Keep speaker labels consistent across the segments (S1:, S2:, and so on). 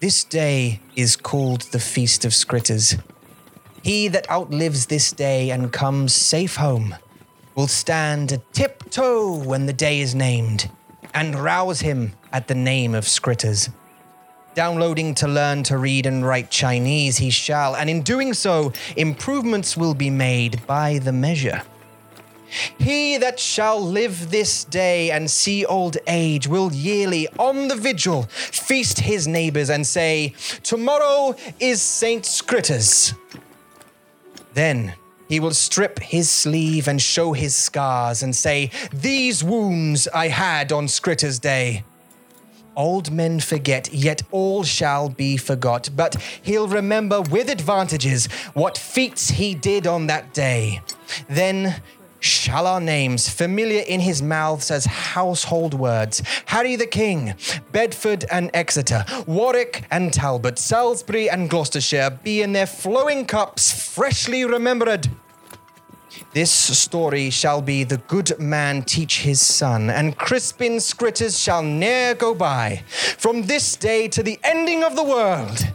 S1: This day is called the Feast of Scritters. He that outlives this day and comes safe home will stand a tiptoe when the day is named and rouse him at the name of Scritters. Downloading to learn to read and write Chinese, he shall, and in doing so, improvements will be made by the measure. He that shall live this day and see old age will yearly, on the vigil, feast his neighbors and say, Tomorrow is Saint Scritters. Then he will strip his sleeve and show his scars and say, These wounds I had on Scritters' day. Old men forget, yet all shall be forgot, but he'll remember with advantages what feats he did on that day. Then shall our names, familiar in his mouths as household words, Harry the King, Bedford and Exeter, Warwick and Talbot, Salisbury and Gloucestershire, be in their flowing cups freshly remembered. This story shall be the good man teach his son, and Crispin Scritters shall ne'er go by, from this day to the ending of the world.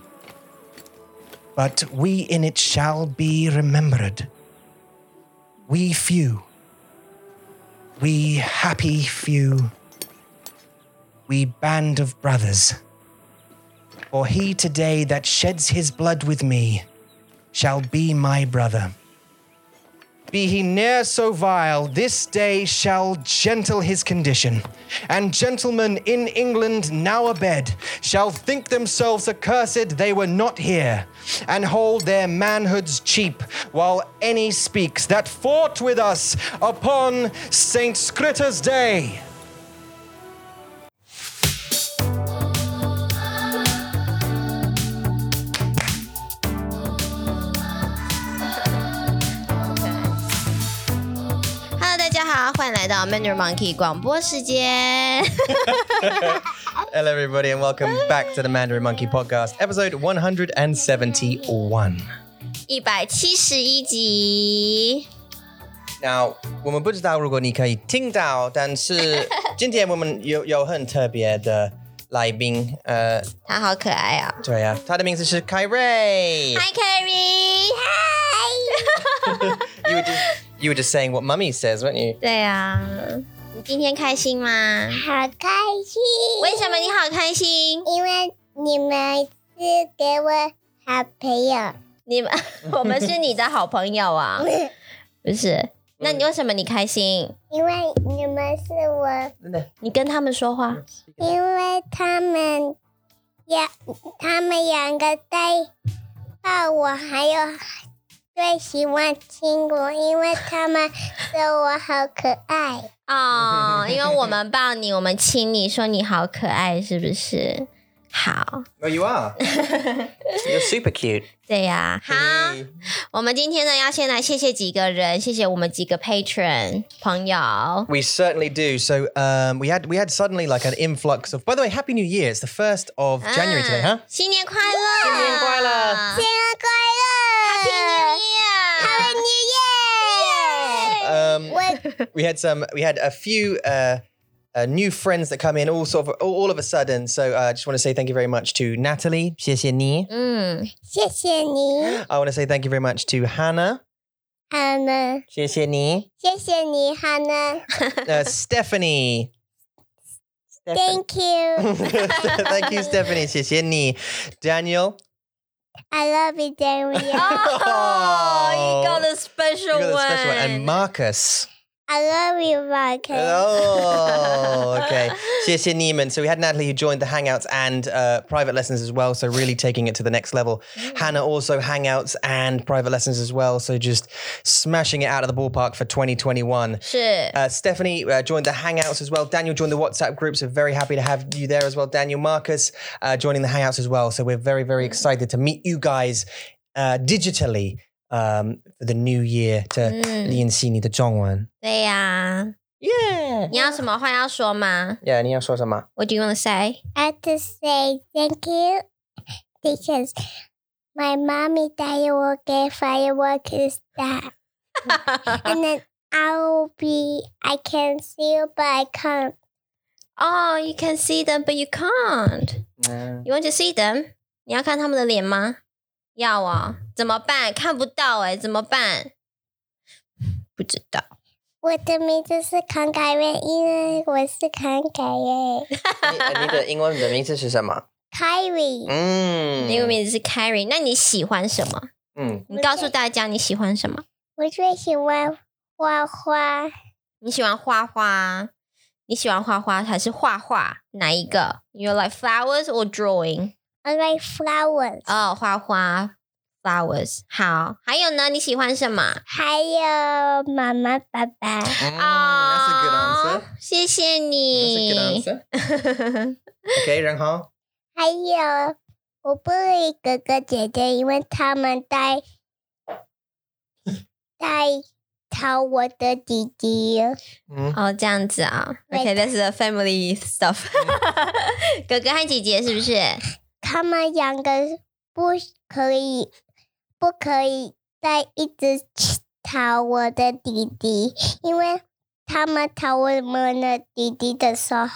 S1: But we in it shall be remembered. We few. We happy few. We band of brothers. For he today that sheds his blood with me shall be my brother. Be he ne'er so vile, this day shall gentle his condition. And gentlemen in England now abed shall think themselves accursed they were not here, and hold their manhoods cheap, while any speaks that fought with us upon St. Scritter's Day.
S2: Hello，大家好，欢迎来到 Mandarin Monkey 广播时间。
S1: Hello, everybody, and welcome back to the Mandarin Monkey Podcast, episode 171.
S2: 一百七十一集，
S1: Now，我们不知道如果你可以听到，但是今天我们有有很特别的来宾，呃，
S2: 他好可爱啊、
S1: 对啊，他的名字是凯瑞。
S2: Hi Carrie，嗨。
S1: You were just you were just saying what mummy says, weren't you?
S2: 对啊，你今天开心吗？
S3: 好开心！
S2: 为什么你好开心？
S3: 因为你们是给我好朋友。
S2: 你们， 我们是你的好朋友啊， 不是？那你为什么你开心？
S3: 因为你们是我，
S1: 真的，
S2: 你跟他们说话，
S3: 因为他们两，他们两个在抱我，还有最喜欢亲我，因为他们说我好可爱。
S2: 哦，因为我们抱你，我们亲你，说你好可爱，是不是？好，
S1: Well, you are. You're super cute.
S2: 对呀、好，
S1: Hey.
S2: 我们今天呢要先来谢谢几个人，谢谢我们几个 patron 朋友。
S1: We certainly do. So um, we had we had suddenly like an influx of. By the way, Happy New Year! It's the first of January today, huh?
S2: 啊新年快乐！
S1: 新年快乐
S3: 生日快乐
S1: Um,
S2: Happy New Year！
S3: New Year！我
S1: we had some we had a few uh, uh, new friends that come in all sort of all, all of a sudden so i uh, just want to say thank you very much to natalie 谢谢你.
S2: 嗯，
S3: 谢谢你，
S1: i want to say thank you very much to hannah
S3: 哈呢？
S1: 谢谢你.
S3: 谢谢你，哈呢
S1: uh, stephanie
S3: ？Thank you。
S1: thank you stephanie 谢谢你. daniel
S3: I love it, Daniel.
S2: 哦，You got a
S1: you
S2: special
S1: got the special one. and
S2: one。
S1: marcus
S3: I love you, Marcus.
S1: Oh, okay. 谢谢 Neiman. So we had Natalie who joined the Hangouts and uh, private lessons as well. So really taking it to the next level. Hannah also Hangouts and private lessons as well. So just smashing it out of the ballpark for 2021.
S2: 是，
S1: Uh, Stephanie uh, joined the Hangouts as well. Daniel joined the WhatsApp group. So very happy to have you there as well. Daniel Marcus uh, joining the Hangouts as well. So we're very, very excited to meet you guys uh, digitally um, for the new year to
S2: Mm.
S1: Lian Sini, the Zhongwan.
S2: 对呀。
S1: Yeah.
S2: 你要什么话要说吗
S1: Yeah, 你要说什么？
S2: ？What do you want to say？
S3: I have to say thank you because my mommy Daniel will get fireworks that. and then I'll be, I can see you, but I can't.
S2: Oh, you can see them, but you can't.
S4: 嗯
S2: You want to see them？你要看他们的脸吗？要啊、怎么办？看不到哎、怎么办？不知道。
S3: 我的名字是慷慨人，因为我是慷慨人。
S1: 你你的英文的名字是什么？
S3: Kyrie，
S1: 嗯，
S2: 那个名字是 Carrie，那你喜欢什么？
S1: 嗯，
S2: 你告诉大家你喜欢什么？
S3: 我最喜欢画画，
S2: 你喜欢画画？你喜欢画画还是画画？哪一个？You like flowers or drawing？
S3: I like flowers。
S2: 哦，画画，flowers。好，还有呢？你喜欢什么？
S3: 还有妈妈、爸爸，
S1: 嗯
S2: 啊，
S1: ，That's a good answer.
S2: 哦谢谢
S1: That's a
S2: 你
S1: good。answer. OK，然后
S3: 还有我不理哥哥姐姐，因为他们在在吵我的弟弟。
S1: 嗯，
S2: 哦，这样子啊。
S3: 对
S2: OK，that's、the family stuff 。 哥哥和姐姐是不是？
S3: 他们两个不可以，不可以再一直吵我的弟弟，因为他们吵我们的弟弟的时候，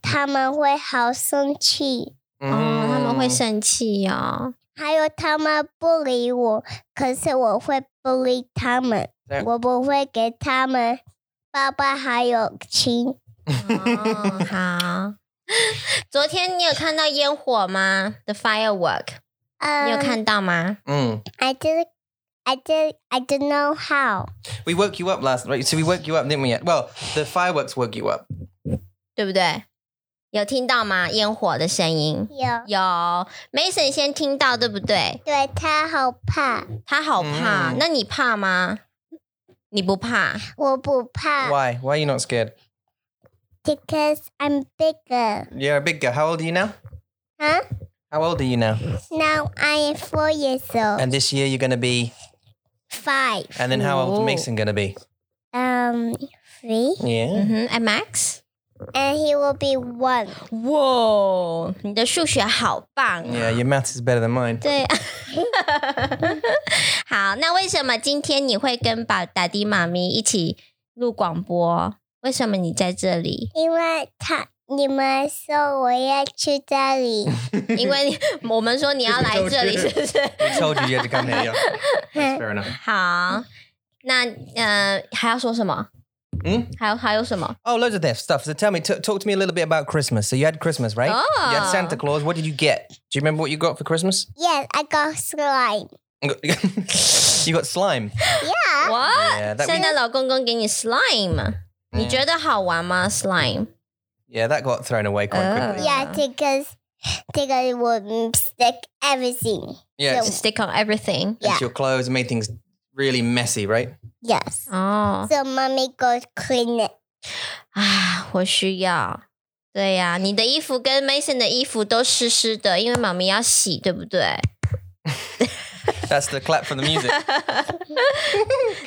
S3: 他们会好生气。
S2: 哦，他们会
S1: 嗯
S2: 生气哦。
S3: 还有他们不理我，可是我会不理他们
S1: 对，
S3: 我不会给他们爸爸还有亲。
S2: 哦，好。 昨天你有看到烟火吗？The firework，
S3: 嗯
S2: 你有看到吗？
S1: 嗯
S3: ？I just, I just, I don't know how。
S1: ，We woke you up last night. So we woke you up, didn't we? Well, the fireworks woke you up.
S2: 对不对？有听到吗？烟火的声音
S3: 有，
S2: 有，Mason 先听到，对不对？
S3: 对他好怕，
S2: 他好怕，
S1: 嗯
S2: 那你怕吗？你不怕？
S3: 我不
S2: Ah.
S3: 怕。
S1: Why? Why are you not scared?
S3: Because I'm bigger.
S1: You're a big girl. How old are you now?
S3: Huh?
S1: How old are you now?
S3: Now I am four years
S2: Oh.
S3: old.
S1: And this year you're going to be.
S3: Five.
S1: And then how old is
S2: Ooh.
S1: Mason going to be?
S3: Um, three.
S1: Yeah.
S2: 嗯哼，And Max，
S3: And he will be one.？
S2: 哇，你的数学好棒啊！
S1: Yeah, your math is better than mine.
S2: 对，好，那为什么今天你会跟爸打的妈咪一起录广播？为什么你在这里
S3: 因为他你们说我要去 这里，
S2: 因为你我们说你要来这里，是 不是？
S1: We told you you had to come here. Yeah. That's fair enough.
S2: 好，那呃还要说什么？
S1: 嗯，
S2: 还有还有什么？
S1: Oh, loads of this stuff. So tell me, t- talk to me a little bit about Christmas. So you had Christmas, right? You had
S2: Oh.
S1: Santa Claus. What did you get? Do you remember what you got for Christmas?
S3: yes, I got slime.
S1: you got slime.
S3: Yeah,
S2: 我
S1: Yeah, that
S2: 圣
S1: we,
S2: 诞老公公给你 slime，你觉得好玩吗？slime
S1: yeah, that got thrown away quite
S2: Oh.
S1: quickly.
S3: yeah, because because it will stick everything.
S1: Yeah, it's,
S2: stick on everything。
S1: it's your clothes made things really messy, right?
S3: Yes.
S2: 哦
S3: So mommy goes clean it.
S2: 啊，我需要。对呀、你的衣服跟 Mason 的衣服都湿湿的，因为妈咪要洗，对不对？
S1: That's the clap for the music.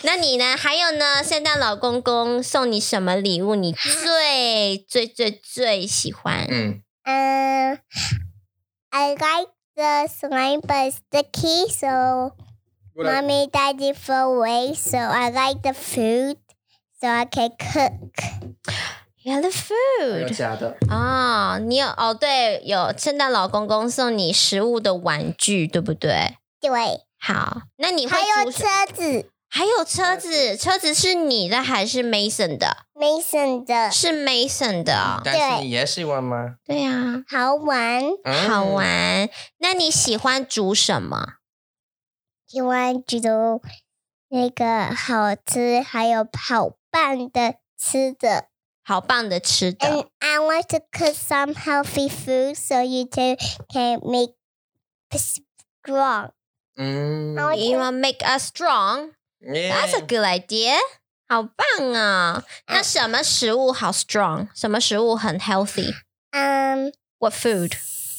S2: 那你呢？还有呢？圣诞老公公送你什么礼物？你最最最最喜欢？
S1: Mm.
S3: Uh, I like the slime, but it's sticky, so mommy died it for away. So I like the food, so I can cook.
S2: Yeah, the food. 哦，你有哦，对，有圣诞老公公送你食物的玩具，对不对？
S3: 对，
S2: 好，那你会
S3: 还
S2: 煮
S3: 有
S2: 什
S3: 车子，
S2: 还有车子，车子是你的还是 Mason 的？
S3: Mason 的
S2: 是 Mason 的
S1: 嗯
S2: 哦、
S1: 但是你也喜欢吗？
S2: 对呀、
S3: 好玩，
S1: 嗯。
S2: 好
S5: 哦
S2: 玩。那你喜欢煮什么？
S3: 喜欢煮那个好吃，还有好棒的吃的。
S2: 好棒的吃的
S5: 嗯
S3: And I want to cook some healthy food, so you two can make strong.
S1: 嗯。
S3: I want
S2: You
S3: to
S2: want make us strong?
S1: mm, Yeah.
S2: That's a good idea. 好棒啊！
S5: 嗯
S2: 那什么食物好 strong？什么食物很 healthy？
S3: um
S2: What food?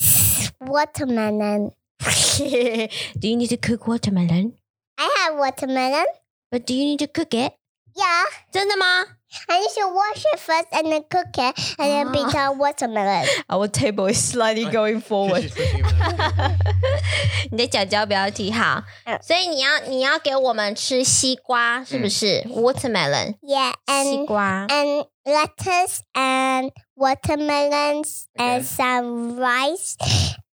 S3: watermelon.
S2: do you need to cook watermelon?
S3: I have watermelon.
S2: But do you need to cook it?
S3: Yeah.
S2: 真的吗
S3: And you should wash it first and then cook it and then become watermelon.
S5: Our table is slightly going forward.
S2: 你的脚脚不要踢好，
S5: 嗯
S2: 所以你要你要给我们吃西瓜，是不是、？Watermelon，
S3: Yeah.
S2: 西
S3: And
S2: 瓜。
S3: and lettuce and watermelons
S1: Okay.
S3: and some rice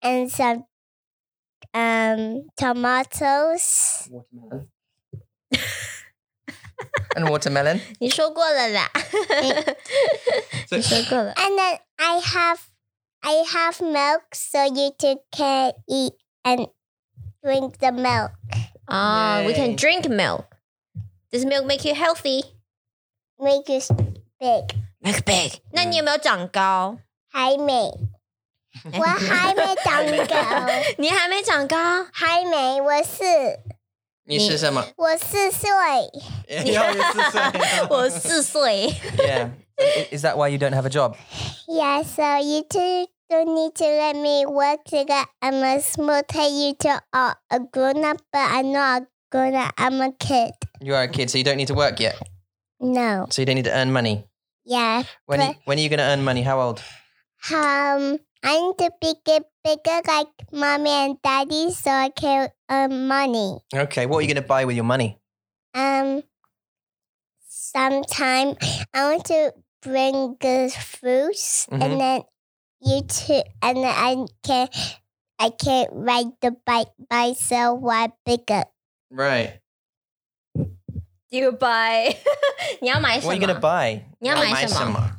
S3: and some um tomatoes.
S1: Watermelon. and watermelon.
S2: 你说过了 啦，
S1: So,
S2: 说过 了。
S3: And then I have I have milk so you two can eat and drink the milk.
S2: Oh, we can
S1: Yay.
S2: drink milk. Does milk make you healthy?
S3: Make you s- big.
S2: Make big. 那你有没有长高？
S3: 还没，
S1: 嗯
S3: 我还没长高，
S2: 你还没长 高，
S3: 还没，我是
S1: 你是什么？
S3: 我四岁，
S2: 我四岁。
S1: Yeah. I- Is that why you don't have a job?
S3: Yeah, so you two don't need to let me work together. I'm a small town you two are a grown up, but I'm not a grown up. I'm a kid.
S1: You are a kid, so you don't need to work yet.
S3: No.
S1: So you don't need to earn money.
S3: Yeah.
S1: When are you- when are you going to earn money? How old?
S3: Um, I need to be get bigger like mommy and daddy, so I can earn money.
S1: Okay. What are you going to buy with your money?
S3: Um, sometime I want to bring the fruits,
S1: Mhm.
S3: and then you two, and then I can I can't ride the bike myself while bigger.
S1: Right.
S2: You buy？你 要买什
S1: What are
S2: 么
S1: you going to buy?
S2: 你要买什么？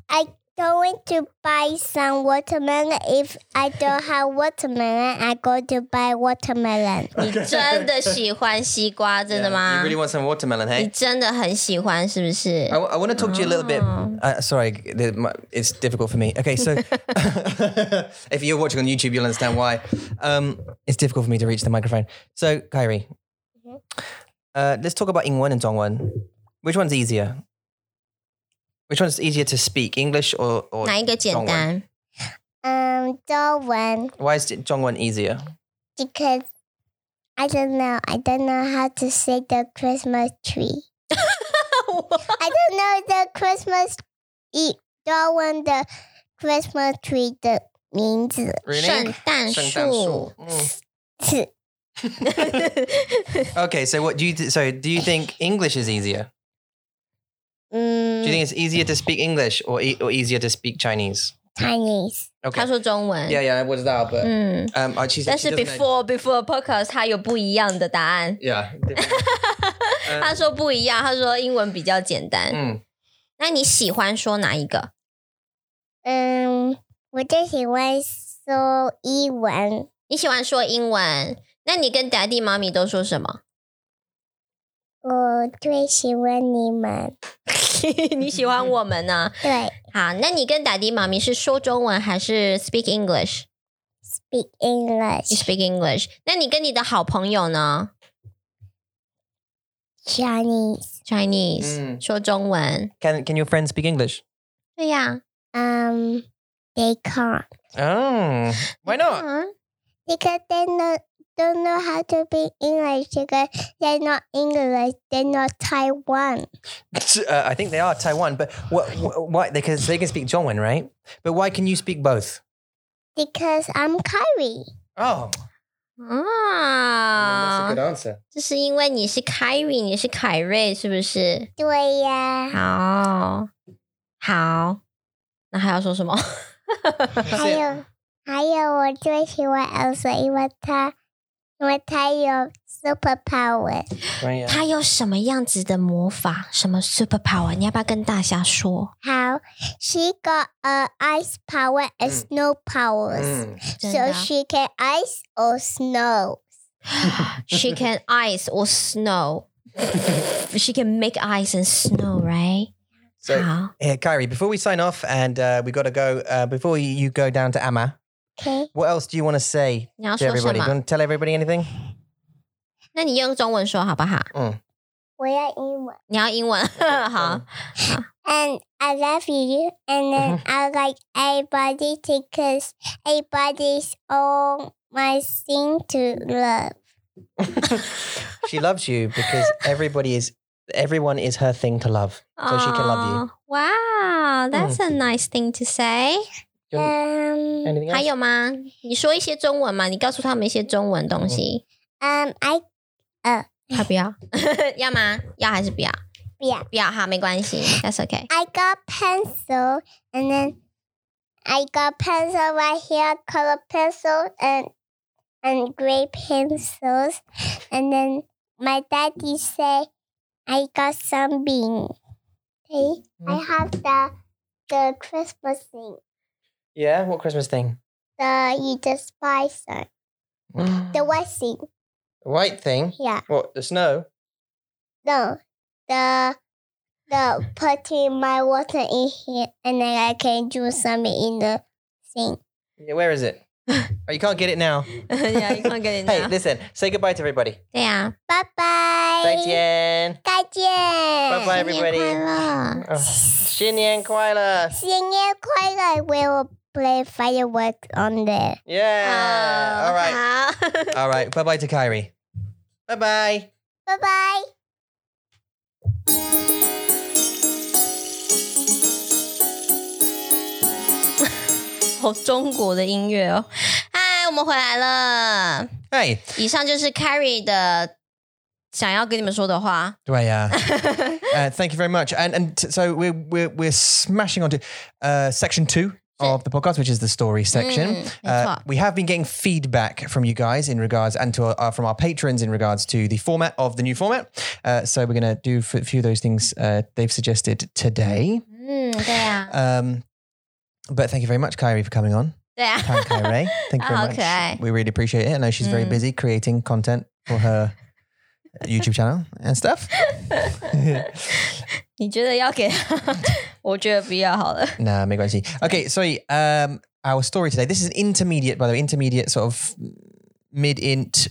S3: Going to buy some watermelon. If I don't have watermelon, I go to buy watermelon.
S2: 你 真的喜欢西瓜，真的
S1: Yeah, You
S2: 吗
S1: really want some watermelon,
S2: 你
S1: hey?
S2: 真的很喜欢，是不是
S1: I, want to talk to you a little bit.
S2: Oh.
S1: Uh, sorry, the, my, it's difficult for me. Okay, so if you're watching on YouTube, you'll understand why. Um, it's difficult for me to reach the microphone. So, Kyrie, uh, let's talk about Ingwen and Dongwen. Which one's easier? Which one's easier to speak, English or, or
S2: 哪一个简单？
S3: Um, don't one
S1: why is Dongwen easier?
S3: because I don't know. I don't know how to say the Christmas tree. I don't know the Christmas eat don't want the Christmas tree 的名字
S2: 圣
S1: Really?
S3: Uh,
S2: 诞树
S1: 圣诞树。。Mm.
S3: 是
S1: Okay, so what do you th- so do you think English is easier?
S3: 嗯 Mm,
S1: Do you think it's easier to speak English or e- or easier to speak Chinese?
S3: Chinese。
S1: Okay.
S2: 他说中文。
S1: Yeah, yeah, I was that, but
S2: 嗯，
S1: um, uh, she's,
S2: 但
S1: she
S2: 是
S1: doesn't know-
S2: before before podcast 他有不一样的答案。
S1: Yeah.
S2: 嗯
S1: different-
S2: 他说不一样，他说英文比较简单。
S1: mm.
S2: 那你喜欢说哪一个？
S3: 嗯，我最喜欢说英文。
S2: 你喜欢说英文？那你跟 daddy、妈咪都说什么？
S3: 我最喜欢你们。
S2: 你喜欢我们呢？
S3: 对
S2: 好，那你跟 daddy、妈咪是说中文还是 speak English？你
S3: ，speak English
S2: speak English。那你跟你的好朋友呢
S3: Chinese。
S2: ？Chinese、
S1: 嗯
S2: 说中文。
S1: Can can your friends speak English?
S2: 对呀、
S3: Um, they can't
S1: Oh, why not?
S2: 嗯
S3: because they know. Don't know how to be English because they're not English, they're not Taiwan.
S1: Uh, I think they are Taiwan, but what, wh- why? Because they can speak Jongwen, right? But why can you speak both?
S3: Because I'm Kyrie.
S1: Oh,
S2: 啊，
S1: answer.
S2: 这是因为你是 Kyrie，你是凯瑞，是不是？
S3: 对呀、
S2: 好，好，那还要说什么？
S3: 还有还有，我最喜欢 Elsa，因为她因为她有 super power，
S1: Right, yeah.
S2: 他有什么样子的魔法？什么 super power？你要不要跟大家说？
S3: 好，she got a ice power and snow powers，、
S1: Mm.
S2: 真
S3: so
S2: 的
S3: she can ice or snow。
S2: ，she can ice or snow。She can make ice and snow, right？
S1: So,
S2: 好，
S1: here, Kyrie, before we sign off and uh, we got to go, uh, before you, you go down to Amma,
S3: OK，
S1: what else do you want to say
S2: 你要
S1: to
S2: 说什
S1: everybody? Do you
S2: 么？
S1: want to tell everybody anything?
S2: 那你用中文说好不好？
S1: Mm.
S3: 我要英文。
S2: 你要 英文，好
S1: um,，
S3: And I love you, and then I like everybody because everybody's all my thing to love.
S1: She loves you because everybody is everyone is her thing to love. So she can love you.
S2: Aw, Wow, 哦 that's a nice thing to say.
S1: 就
S3: Um,
S1: anything
S2: 还
S1: else?
S2: 有吗？你说一些中文嘛？你告诉他们一些中文东西。
S3: um, I
S2: 他不要， 要吗？要还是不要？
S3: yeah.
S2: 不要哈，没关系，That's okay。
S3: I got pencil and then I got pencil right here, color pencil and and gray pencils. And then my daddy say I got some bean. Okay,
S1: Hmm?
S3: I
S1: Mm.
S3: have the the Christmas thing.
S1: Yeah, what Christmas thing?
S3: The you just buy some. The white thing.
S1: White thing.
S3: Yeah.
S1: What? The snow?
S3: No. The the putting my water in here and then I can do something in the thing.
S1: Yeah, where is it? oh, you can't get it now.
S6: yeah, you can't get it
S1: Hey,
S6: now.
S1: listen. Say goodbye to everybody.
S2: 对呀、
S3: Bye bye.
S1: Bye, Tian.
S3: 再见，
S1: 拜拜
S2: 新年快乐！
S1: Oh, 新年快乐.
S3: 新年快乐！We will play fireworks on there.
S1: Yeah. All right.
S2: 好。
S1: All right. Bye bye to Kyrie. Bye bye.
S3: 拜拜。
S2: 好中国的音乐哦。嗨，我们回来了。
S1: Hey.
S2: 以上就是 Carrie 的想要跟你们说的话。
S1: Dwayne, uh, uh, thank you very much. And and t- so we're we're we're smashing onto uh, section two of the podcast, which is the story section.
S2: Mm, that's
S1: uh,
S2: right.
S1: we have been getting feedback from you guys in regards and to our, uh, from our patrons in regards to the format of the new format. Uh, so we're going to do f- a few of those things uh, they've suggested today.
S2: 嗯，对呀、
S1: Um, but thank you very much, Kyrie, for coming on.
S2: 对呀、
S1: Thank you, Ray. Thank you very
S2: Oh,
S1: much.
S2: okay.
S1: We really appreciate it. I know she's very
S2: Mm.
S1: busy creating content for her YouTube channel and stuff.
S6: 你觉得要给他？我觉得不要好了。
S1: nah, 没关系. Okay, so um, our story today. This is an intermediate, by the way, intermediate sort of mid int,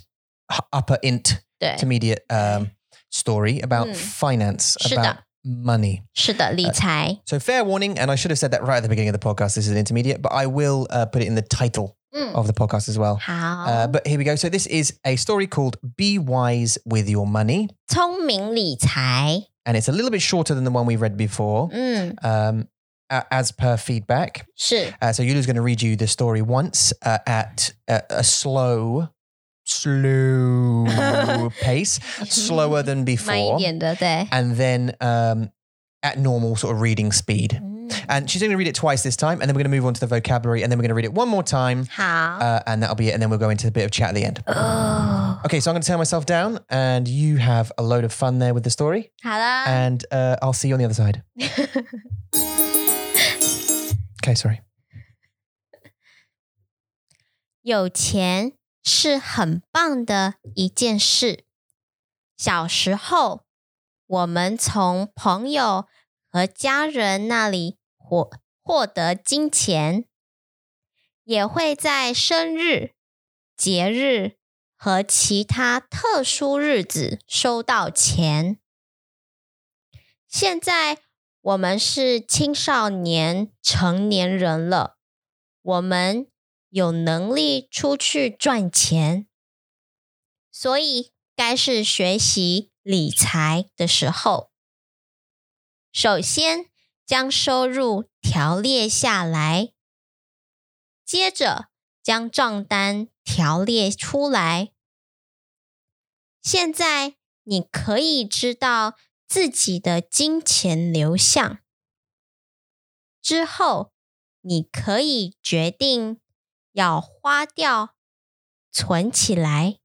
S1: upper int,
S2: 对，
S1: intermediate um, story about
S2: Mm.
S1: finance,
S2: 是的。
S1: about money.
S2: 是的，理财。
S1: So fair warning, and I should have said that right at the beginning of the podcast. This is an intermediate, but I will uh, put it in the title
S2: 嗯，
S1: of the podcast as well.
S2: 好，
S1: Uh, but here we go. So this is a story called "Be Wise with Your Money,"
S2: 聪明理财。
S1: and it's a little bit shorter than the one we read before,
S2: 嗯，
S1: um, a- as per feedback.
S2: 是
S1: Uh, so Yula's going to read you the story once uh, at a, a slow, slow pace, slower than
S6: 慢一
S1: before,
S6: 点的，对。
S1: and then um, at normal sort of reading speed.
S6: 嗯
S1: And she's going to read it twice this time, and then we're going to move on to the vocabulary, and then we're going to read it one more time,
S2: 好。
S1: uh, and that'll be it. And then we'll go into a bit of chat at the end.
S2: 哦，
S1: Okay, so I'm going to turn myself down, and you have a load of fun there with the story,
S2: 好了，
S1: and uh, I'll see you on the other side. okay, sorry.
S2: 有钱是很棒的一件事。小时候，我们从朋友和家人那里获获得金钱，也会在生日、节日和其他特殊日子收到钱。现在我们是青少年、成年人了，我们有能力出去赚钱，所以该是学习理财的时候。首先将收入条列下来，接着将账单条列出来。现在你可以知道自己的金钱流向，之后你可以决定要花掉、存起来，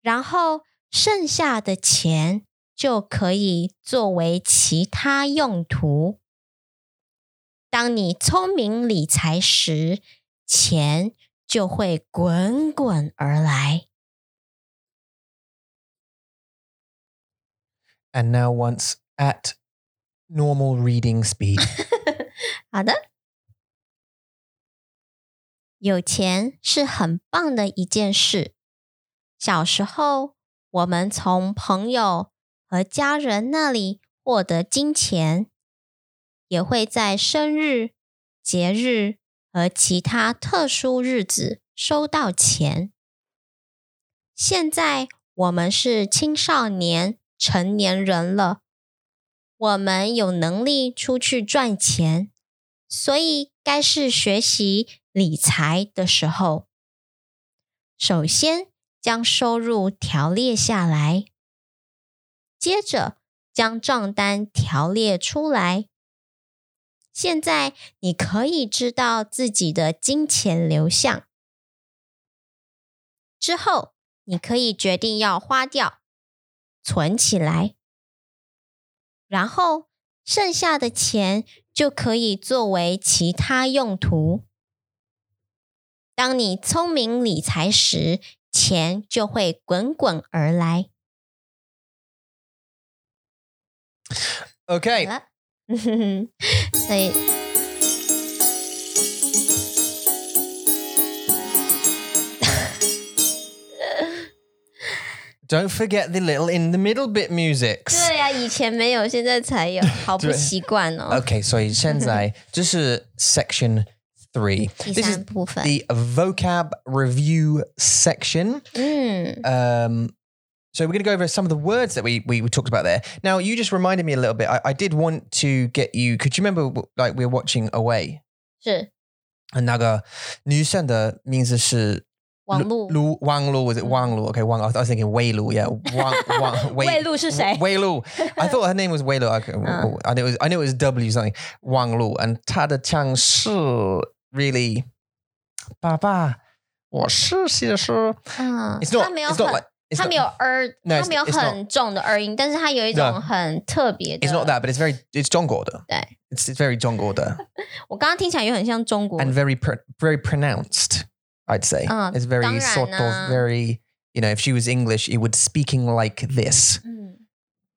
S2: 然后剩下的钱就可以作为其他用途。当你聪明理财时，钱就会滚滚而来。
S1: And now, once at normal reading speed.
S2: 好的，有钱是很棒的一件事。小时候，我们从朋友和家人那里获得金钱，也会在生日、节日和其他特殊日子收到钱。现在我们是青少年、成年人了，我们有能力出去赚钱，所以该是学习理财的时候。首先将收入条列下来，接着将账单条列出来。现在你可以知道自己的金钱流向，之后你可以决定要花掉、存起来，然后剩下的钱就可以作为其他用途。当你聪明理财时，钱就会滚滚而来。
S1: Okay.
S2: 了，所以
S1: Don't forget the little in the middle bit music.
S7: 对呀、以前没有，现在才有，好不
S1: 对
S7: 习惯哦。
S1: Okay, so 现在就是 section three.
S2: 第
S1: This is
S2: 三部分，
S1: the vocab review section.
S2: 嗯，
S1: Um, so we're going to go over some of the words that we, we we talked about there. Now you just reminded me a little bit. I, I did want to get you. Could you remember w- like we were watching Away
S2: 是
S1: and 那个女生的名字是
S2: 网络
S1: 卢汪露 was it 汪露 okay 汪 I was- I was thinking 魏露 yeah 汪 汪
S7: 魏露是 谁
S1: 魏露 I thought her name was 魏露 okay
S7: Uh.
S1: I knew it was I knew it was W something 汪露 and 她的腔是 really 爸爸我是写诗
S2: 嗯，
S1: It's not
S7: 啊他没有
S1: it's not
S7: 很
S1: like it's
S7: 他
S1: not-
S7: 没有儿，
S1: No,
S7: 他
S1: it's-
S7: 没有
S1: it's not.
S7: 很重的儿音，但是他有一
S1: No.
S7: 种很特别的。
S1: It's not that, but it's very it's John Gorder.
S7: 对
S1: It's it's very John Gorder
S7: 我刚刚听起来又很像中国
S1: and very pro very pronounced. I'd say
S2: Oh,
S1: it's very sort of
S2: 당연하나.
S1: very you know if she was English, it would speaking like this.
S7: 嗯，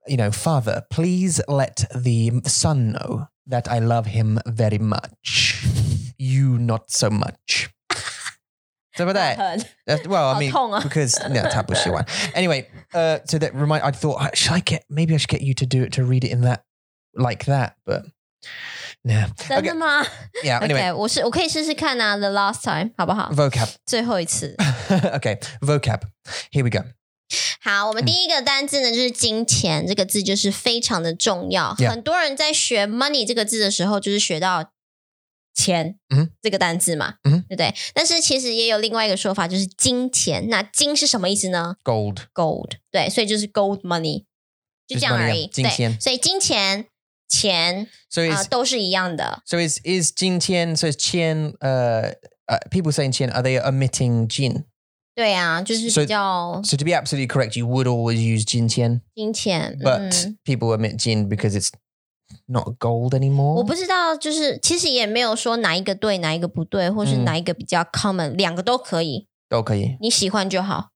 S1: You know, father, please let the son know that I love him very much. You not so much. so about that.
S7: 很
S1: That's, well, I
S7: How
S1: mean,
S7: tall are-
S1: because no, that was she one. Anyway, uh, so that remind. I thought, "Uh, should I get? Maybe I should get you to do it to read it in that, like that. But no,
S7: 真的吗
S1: yeah. Anyway, 嗯
S7: OK，我是我可以试试看啊，The last time 好不好？
S1: vocab.
S7: 最后一次。
S1: okay, vocab. Here we go.
S2: 好，我们
S1: 嗯
S2: 第一个单字呢就是金钱，这个字就是非常的重要。
S1: Yeah
S2: 很多人在学 money 这个字的时候，就是学到钱，
S1: 嗯哼
S2: 这个单字嘛，
S1: 嗯哼
S2: 对不对？但是其实也有另外一个说法，就是金钱。那金是什么意思呢
S1: Gold.
S2: ？Gold，对，所以就是 gold money，就
S1: Just
S2: 这样
S1: money，啊
S2: 而已。
S1: 金钱
S2: 对，所以金钱、钱
S1: So
S2: 啊、
S1: is
S2: 都是一样的。
S1: so is is Jin Tian? So is Qian? Uh, uh, people saying Qian are they omitting Jin?
S2: 对啊，就是
S1: 所以
S2: 比较
S1: So to be absolutely correct, you would always use Jin Tian,
S2: 金钱，
S1: but
S2: 嗯
S1: people omit Jin because it's not gold anymore.
S2: 我不知道，就是其实也没有说哪一个对，哪一个不对，或是
S1: 嗯
S2: 哪一个比较 common，、两个都可以，
S1: okay.
S2: 你喜欢就好。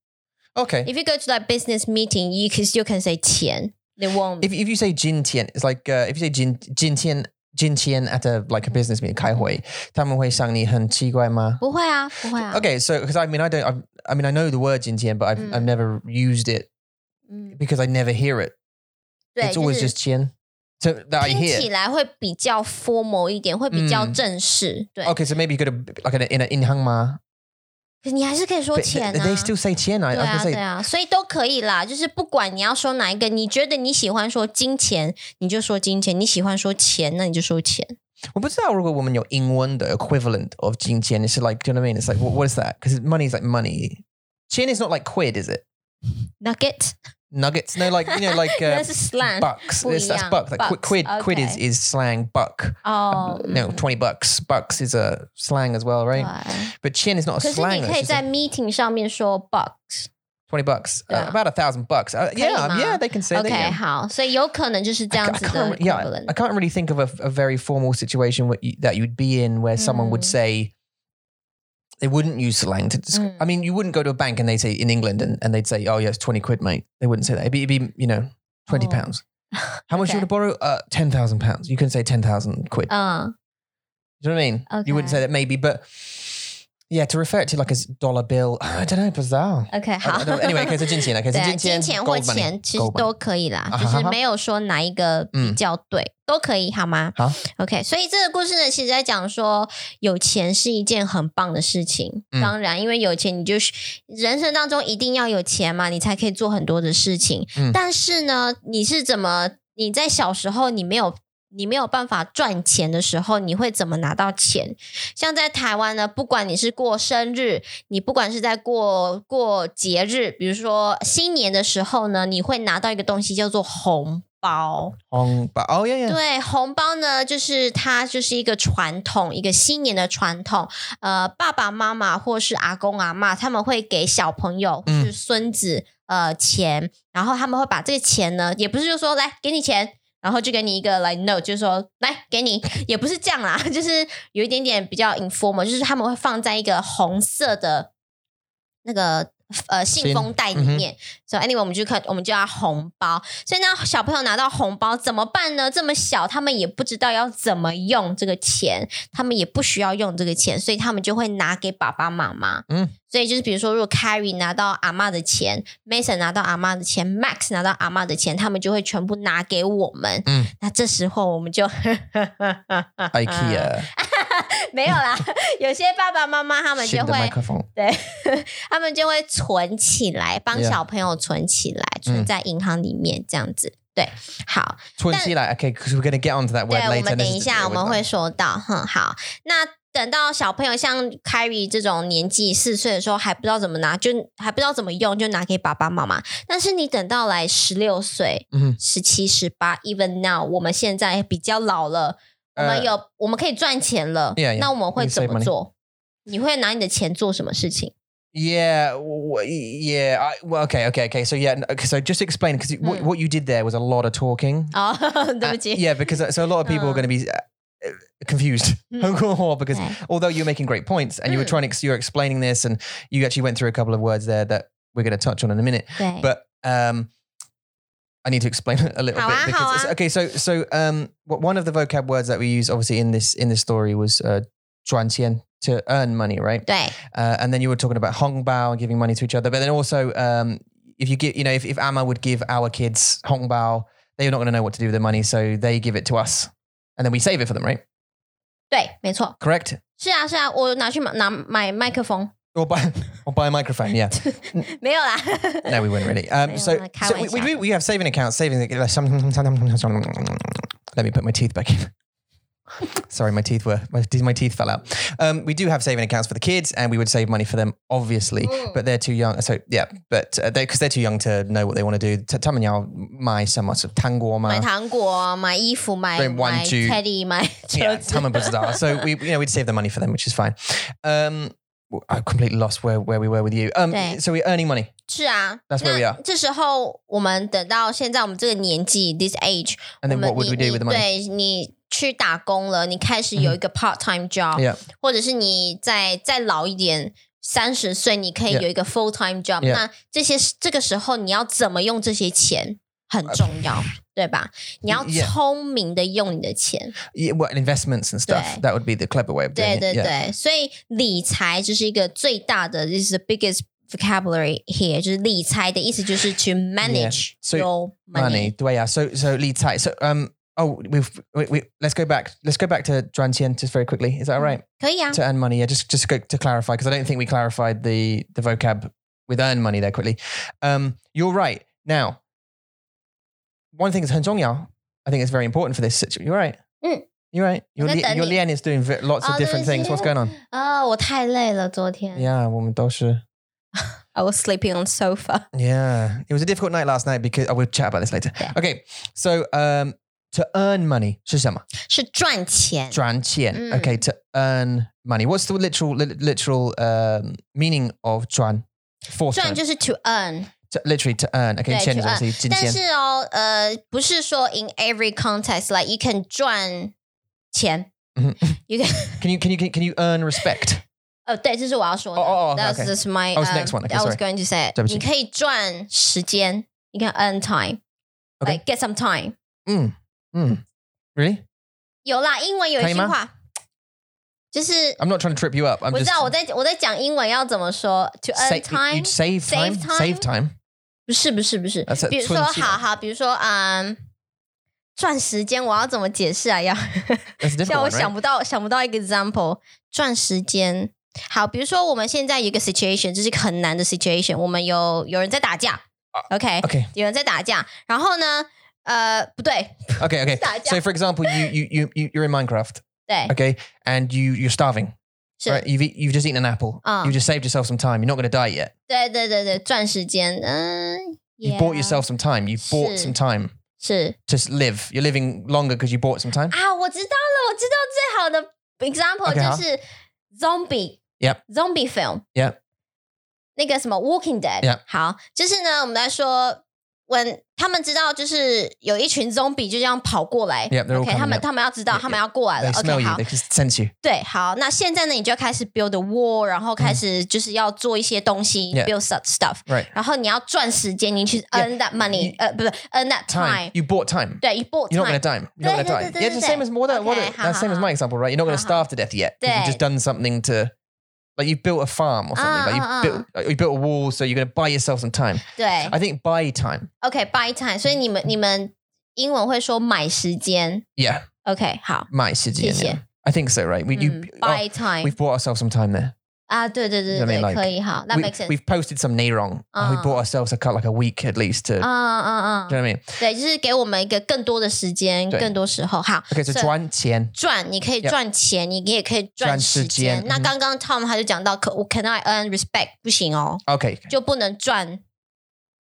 S1: Okay.
S2: If you go to that business meeting, you can you can say 钱，they won't
S1: if, if you say Jin Tian, it's like uh, if you say Jin Jin Tian Jin Tian at a like a business meeting, 开会，他们会想你很奇怪吗？
S2: 不会啊，不会啊。
S1: Okay, so because I mean I don't I've, I mean I know the word Jin Tian, but I've
S2: Mm.
S1: I've never used it
S2: 嗯，
S1: because I never hear it.
S2: 对，
S1: it's
S2: 就
S1: always
S2: 是
S1: just Tian. So that I
S2: 听起
S1: hear.
S2: 来会比较 formal 一点，会比较
S1: 嗯
S2: 正式。对
S1: Okay, so maybe you go to like an, in an inhangma.
S2: 可你还是可以说
S1: But
S2: 钱
S1: they,
S2: 啊。
S1: they still say Tian. I,
S2: 对
S1: I can
S2: 啊，对
S1: say
S2: 啊，所以都可以啦。就是不管你要说哪一个，你觉得你喜欢说金钱，你就说金钱；你喜欢说钱，那你就说钱。
S1: 我不知道如果我们有 equivalent of 金 Tian, it's like do you know what I mean? It's like what, what is that? Because money is like money. Tian is not like quid, is it?
S2: Nugget，
S1: Nuggets? No, like you know, like uh,
S7: 那是 slang
S1: bucks.
S2: Well,
S1: That's, that's
S2: yeah,
S1: buck. Like quid,
S7: bucks,
S1: quid, quid is,
S7: okay. Um,
S1: is slang buck.
S2: 哦，
S1: No, twenty bucks. Bucks is a slang as well,
S2: 对
S1: right?。But chin is not a
S2: 可是
S1: 哦 slang. it's
S2: 你可以
S1: just a-
S2: 在 meeting 上面说 box。
S1: twenty bucks, uh,
S2: Yeah.
S1: about a thousand bucks. Uh,
S2: Can
S1: yeah,
S2: you,
S1: yeah,
S2: Ma?
S1: they can say that.
S2: OK，
S1: yeah.
S2: 好，所以有可能就是这
S1: I
S2: 样
S1: ca- I
S2: 子
S1: can't,
S2: 的
S1: re- yeah, I
S2: equivalent。
S1: can't really think of a, a very formal situation what you, that you'd be in where someone would
S2: Mm.
S1: say they wouldn't use slang to. Desc- I
S2: Mm.
S1: mean, you wouldn't go to a bank and they say in England and, and they'd say, "Oh, yes, twenty quid, mate." They wouldn't say that. It'd be, it'd be you know, twenty
S2: Oh.
S1: pounds. How much you
S2: Okay.
S1: want to borrow? Uh, ten thousand pounds. You can say ten thousand quid.
S2: 嗯，
S1: Do you know what I mean? You wouldn't say
S2: Okay.
S1: that maybe, but yeah, to refer it to like as dollar bill. I don't know, bizarre.
S2: OK，
S1: I
S2: 好
S1: don't- I don't- anyway, 可以是金钱啊，可以是
S2: 对，
S1: 金
S2: 金
S1: 钱、
S2: 钱或
S1: gold money，
S2: 钱其实
S1: gold money
S2: 都可以啦，
S1: 啊
S2: 就
S1: 哈
S2: 是
S1: 哈
S2: 没有说哪一个比
S1: 嗯
S2: 较对，都可以，好吗？
S1: 好
S2: ，OK。所以这个故事呢，其实在讲说，有钱是一件很棒的事情。
S1: 嗯
S2: 当然，因为有钱，你就是人生当中一定要有钱嘛，你才可以做很多的事情。
S1: 嗯
S2: 但是呢，你是怎么？你在小时候你没有。你没有办法赚钱的时候，你会怎么拿到钱？像在台湾呢，不管你是过生日，你不管是在过过节日，比如说新年的时候呢，你会拿到一个东西叫做红包。
S1: 红包。哦，yeah oh, yeah，
S2: 对，红包呢，就是它就是一个传统，一个新年的传统。呃，爸爸妈妈或是阿公阿妈，他们会给小朋友或
S1: 嗯
S2: 是孙子、呃钱，然后他们会把这个钱呢，也不是就说来给你钱。然后就给你一个来 no，就是说来给你，也不是这样啦， 就是有一点点比较 informal，就是他们会放在一个红色的那个呃信
S1: 信
S2: 封袋里
S1: 嗯哼
S2: 面，所以 anyway 我们就看我们就要红包，所以呢，小朋友拿到红包怎么办呢？这么小，他们也不知道要怎么用这个钱，他们也不需要用这个钱，所以他们就会拿给爸爸妈妈。
S1: 嗯，
S2: 所以就是比如说，如果 Carrie 拿到阿妈的钱，Mason 拿到阿妈的钱，Max 拿到阿妈的钱，他们就会全部拿给我们。
S1: 嗯，
S2: 那这时候我们就
S1: Mm,
S2: Uh,
S1: IKEA，
S2: 没有啦，有些爸爸妈妈他们就
S1: 新的
S2: 会
S1: 麦克风。
S2: 对，他们就会存起来，帮
S1: Yeah
S2: 小朋友存起来，存在银行里面这样子。对，好，
S1: 存起来，OK，because we're gonna get onto that word
S2: 对，我
S1: later.
S2: 们等
S1: this
S2: 一
S1: is-
S2: 下
S1: yeah,
S2: 我们
S1: we're
S2: 会
S1: done.
S2: 说到，哼，好，那等到小朋友像 Carrie 这种年纪四岁的时候，还不知道怎么拿，就还不知道怎么用，就拿给爸爸妈妈。但是你等到来十六岁、
S1: 嗯，
S2: 十七、十八，even now，我们现在比较老了，我们
S1: 呃
S2: 有、我们可以赚钱了
S1: Yeah, yeah,
S2: 那我们会
S1: we can
S2: 怎
S1: save
S2: 么
S1: money.
S2: 做？你会拿你的钱做什么事情？
S1: Yeah, w- yeah. I, well, okay, okay, okay. So yeah, okay, so just explain because what,
S2: Mm.
S1: what you did there was a lot of talking.
S2: 哦， 对不
S1: Uh,
S2: 起，
S1: yeah, because uh, so a lot of people are
S2: Mm.
S1: going to be uh, uh, confused
S2: 嗯
S1: because
S2: Okay.
S1: although you're making great points and you were
S2: Mm.
S1: trying to you're explaining this and you actually went through a couple of words there that we're going to touch on in a minute,
S2: 对
S1: but um. I need to explain it a little
S2: How
S1: bit
S2: are-
S1: because
S2: how
S1: it's-
S2: are-
S1: okay, so so um, what- one of the vocab words that we use obviously in this in this story was uh, 赚钱 to earn money, right?
S2: 对，
S1: Uh, and then you were talking about Hong Bao and giving money to each other. But then also, um, if you give, you know, if, if Amma would give our kids Hong Bao, they're not going to know what to do with their money. So they give it to us and then we save it for them, right?
S2: 对，没错，
S1: Correct?
S2: 是啊，是啊，我拿去买拿买麦克风，
S1: Or buy, or buy a microphone. Yeah.
S2: 没有啦。
S1: No, 嗯 we wouldn't really. Um, so
S2: Like, how
S1: so we,
S2: is
S1: we,
S2: that?
S1: do, we have saving accounts, saving. Let me put my teeth back in. Sorry, my teeth were my, te- my teeth fell out. Um, we do have saving accounts for the kids, and we would save money for them, obviously. But they're too young. So yeah, but uh, they because they're too young to know what they want to do. Ta- 他们要买什么？是糖果吗？
S2: 买糖果、啊买衣服、买
S1: 对玩
S2: 买
S1: 具
S2: Teddy、买 车
S1: yeah,
S2: 子，
S1: 他们不知道. So we you know we'd save the money for them, which is fine. Um, I completely lost where, where we were with you. Um,
S2: 对。
S1: so we're earning money.
S2: 是啊。
S1: That's where we
S2: 那
S1: are.
S2: 这时候我们等到现在我们这个年纪，this age，
S1: And
S2: 我
S1: then
S2: 们
S1: what would
S2: 你
S1: we do
S2: 你
S1: with the money? 嗯
S2: 对你去打工了，你开始有一个 part time job，、
S1: Yeah.
S2: 或者是你再再老一点。三十岁，你可以
S1: Yeah.
S2: 有一个 full time job。
S1: Yeah.
S2: 那这些这个时候，你要怎么用这些钱很重要，对吧？你要
S1: 啊 Yeah.
S2: 聪明的用你的钱。
S1: yeah, well, investments and stuff.
S2: Yeah.
S1: That would be the clever way of
S2: 对
S1: doing
S2: 对
S1: it. Yeah.
S2: 对，所以理财就是一个最大的，this is the biggest vocabulary here，就是理财的意思就是 to manage
S1: so
S2: your
S1: Money.
S2: money。
S1: Do I- Yeah. So so lead tight. So um. Oh, we've we, we let's go back. Let's go back to Juan Tien just very quickly. Is that all right?
S2: 可以啊，
S1: To earn money, yeah. Just just go to clarify because I don't think we clarified the the vocab with earn money there quickly. Um, you're right. Now, one thing is Hen Zhong Yao. I think it's very important for this situation. You're right.
S2: Mm.
S1: You're right. Your
S2: Okay,
S1: li-
S2: then
S1: your
S2: it-
S1: Lien is doing v- lots
S2: Oh,
S1: of different
S2: there is
S1: things. What's
S2: Lien.
S1: going on?
S2: 啊、我太累了，昨天。
S1: Yeah, woman, 都是
S2: I was sleeping on sofa。
S1: Yeah, it was a difficult night last night because I will chat about this later.
S2: Yeah.
S1: Okay, so um, to earn money, 是什么？
S2: 是赚钱，
S1: 赚钱.
S2: Mm.
S1: Okay, to earn money. What's the literal li- literal um, meaning of 赚? Force
S2: 赚就是 to earn。
S1: to, literally to earn. Okay,
S2: 对，
S1: 钱
S2: to
S1: is
S2: earn.
S1: obviously 金钱.
S2: 但是哦，呃，不是说 in every context，like you can 赚钱
S1: 嗯
S2: ，you can。
S1: Can you can you can can you earn respect?
S2: 哦，对，这是我要说的。
S1: 哦哦哦
S2: ，That's
S1: ，OK，OK
S2: just my.
S1: Oh, it's
S2: um,
S1: next one. Okay,
S2: I was
S1: sorry.
S2: going to say，
S1: 对不起
S2: 你可以赚时间，你可以 earn time，
S1: OK
S2: like get some time。
S1: Mm. Mm. Really?
S2: 有啦，英文有一
S1: 可以
S2: 句
S1: 吗
S2: 话就是。
S1: I'm not trying to trip you up. I'm
S2: 我知
S1: just
S2: 道我在我在讲英文要怎么说，to earn
S1: save
S2: time，
S1: save time
S2: save time?
S1: save time.
S2: 不是不是不是
S1: That's，a
S2: 比如说
S1: twin zero
S2: 好好，比如说嗯，赚时间，我要怎么解释啊？要
S1: That's a
S2: 现在
S1: difficult
S2: 我
S1: one,
S2: 想
S1: right?
S2: 不到想不到一个 example，赚时间。好，比如说我们现在有一个 situation，这是一个很难的 situation，我们有有人在打架、o
S1: 啊
S2: k
S1: Okay,
S2: 有人在打架，然后呢，呃，不对
S1: okay, okay.
S2: 打架
S1: So for example, you you you you- you're in Minecraft,
S2: 对
S1: okay, and you you're starving.
S2: 是
S1: Right? You've eat, you've just eaten an apple.
S2: Uh.
S1: You've just saved yourself some time. You're not going to die yet.
S2: 对对对对，赚时间，嗯、
S1: You've bought yourself some time. You've bought
S2: Shit.
S1: some time
S2: 是
S1: to s- live. You're living longer because you bought some time.
S2: 啊，我知道了，我知道最好的 example
S1: OK，好
S2: 就是 zombie，zombie、
S1: Yep.
S2: film，
S1: Yep.
S2: 那个什么 Walking Dead，、
S1: Yep.
S2: 好，就是呢，我们来说。when 他们知道，就是有一群 zombie 就这样跑过来
S1: Yep, they're all
S2: OK，他
S1: coming
S2: 们
S1: up.
S2: 他们要知道
S1: Yeah,
S2: 他们要过来了
S1: They smell
S2: OK，
S1: you.
S2: 好
S1: They，just sense you.
S2: 对，好，那现在呢，你就要开始 build a wall，然后开始就是要做一些东西
S1: 嗯 Yeah
S2: build stuff stuff，
S1: Right.
S2: 然后你要赚时间，你去
S1: Yeah,
S2: earn that money，
S1: you-
S2: 呃，不是 earn that
S1: Time.
S2: time，
S1: You bought time.
S2: 对，you bought
S1: You're not
S2: time，
S1: going to die. You're not going to die. Yeah, it's the same as more that.
S2: Okay,
S1: what- that's the same as my example, right? You're not going to
S2: ha, ha.
S1: starve to death yet. 'cause You've just done something to. Like you've built a farm or something.
S2: Ah,
S1: like you
S2: ah,
S1: built, like you built a wall, so you're going to buy yourself some time.
S2: 对
S1: I think buy time.
S2: ，OK，buy time，所以你们你们英文会说买时间
S1: Yeah,
S2: ，OK，好，
S1: my city.
S2: Yes,
S1: Yeah.
S2: yeah.
S1: I think so, right? We you
S2: 嗯
S1: oh,
S2: Hmm, buy time
S1: we've bought ourselves some time there.
S2: 啊，对对对
S1: I
S2: 对
S1: mean,
S2: 对，
S1: like,
S2: 可以，好，that
S1: we,
S2: makes sense，
S1: We've posted some Neirong. we
S2: Ah.
S1: bought ourselves a cut like a week at least to.
S2: 啊啊啊
S1: Do，you know what I mean?
S2: 对，就是给我们一个更多的时间，
S1: 对
S2: 更多时候，好
S1: Okay, so
S2: So-
S1: Juan Tian.
S2: 赚，你可以
S1: Yeah.
S2: 赚钱，你也可以
S1: 赚
S2: 赚
S1: 时
S2: 时间
S1: 间。
S2: 那
S1: 嗯
S2: 刚刚 Tom 他就讲到，可我 can I earn respect 不行哦，
S1: Okay.
S2: 就不能赚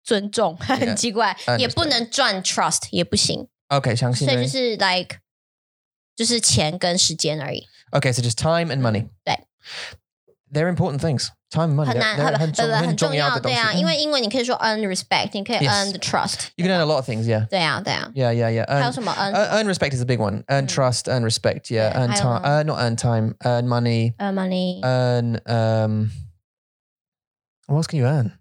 S2: 尊重， 很奇怪
S1: earn，
S2: 也不能赚 trust 也不行，
S1: Okay,
S2: 所以就
S1: 相信人。
S2: 是 like 就是钱跟时间而已，
S1: Okay, so just time and money.
S2: 对。
S1: They're important things. Time and money.
S2: 很
S1: they're-
S2: 难
S1: they're
S2: 很
S1: 很重-
S2: 呃很重要，
S1: 很重要的东西。
S2: 对啊，
S1: 嗯。
S2: 因为英文你可以说 earn respect，你可以
S1: Yes
S2: earn the trust，
S1: Mm. You can earn a lot of things, yeah.
S2: 对啊对啊，
S1: Yeah, yeah, yeah.
S2: 还有
S1: Earn,
S2: 什么
S1: earn,
S2: earn
S1: earn respect is a big one. Earn
S2: Mm.
S1: trust, earn respect, yeah.
S2: Yeah,
S1: earn
S2: I
S1: time.
S2: don't know.
S1: Uh, not earn time. Earn money.
S2: earn money？
S1: Earn. Um, what else can you earn?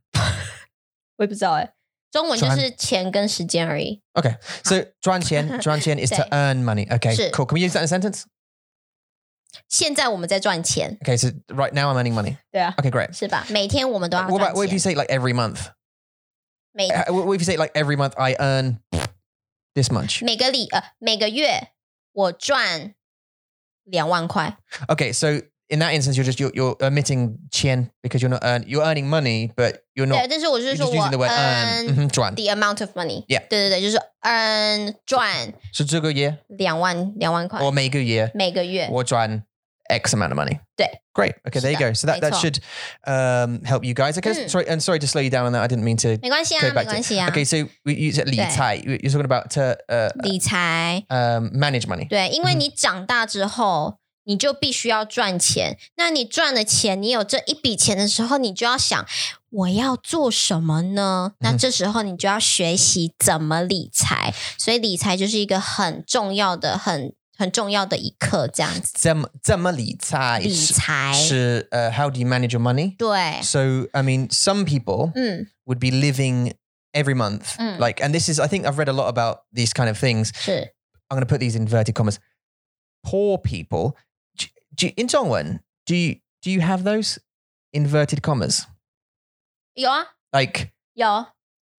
S2: 我也不知道哎，中文就
S1: 赚
S2: 是钱跟时间而已。
S1: Okay, so 赚钱,赚钱 is to
S2: 对。
S1: earn money. Okay,
S2: 是。
S1: cool. Can we use that in a sentence?
S2: 现在我们在赚钱，
S1: Okay, so right now I'm earning money.
S2: 对啊，
S1: Okay, great.
S2: 是吧？每天我们都要
S1: What
S2: 赚
S1: about what if you
S2: 钱，
S1: say like every month?
S2: 每
S1: Uh, What if you say like every month I earn this much?
S2: 每个礼呃每个月我赚两万块，
S1: Okay, so in that instance, you're just you're, you're omitting 钱 because you're not earn you're earning money, but you're
S2: 对，
S1: not.
S2: 但是我就是
S1: You're
S2: 说
S1: just
S2: 我
S1: using the word earn.
S2: 嗯
S1: mhm, 赚
S2: the amount of money，
S1: Yeah
S2: 对对对，就是 earn 赚
S1: 是这个月
S2: 两万两万块
S1: 我每个月
S2: 每个月，
S1: 我赚 X amount of money.
S2: 对。
S1: Great. Okay, there you go. So that, that
S2: 没错。
S1: should um, help you guys. Okay,
S2: 嗯。
S1: sorry, and sorry to slow you down on that. I didn't mean to
S2: 没关系啊，
S1: Go back
S2: 没
S1: to-
S2: 关系啊，
S1: Okay, so we use it
S2: 对。
S1: 理财. You- You're talking about to uh,
S2: 理财
S1: um, manage money.
S2: 对，因为
S1: 嗯
S2: 你长大之后。你就必须要赚钱。那你赚了钱，你有这一笔钱的时候，你就要想我要做什么呢？那
S1: 嗯
S2: 这时候你就要学习怎么理财。所以理财就是一个很重要的、很很重要的一课，这样子。
S1: 怎么-怎么理财
S2: 理财，
S1: 是-是，uh, how do you manage your money?
S2: 对，
S1: So I mean, some people
S2: 嗯，
S1: would be living every month,
S2: 嗯。
S1: like, and this is I think I've read a lot about these kind of things.
S2: 是
S1: I'm going to put these in inverted commas. Poor people. Do, do, in Zhongwen, do you do you have those inverted commas
S2: 有啊，
S1: like
S2: 有。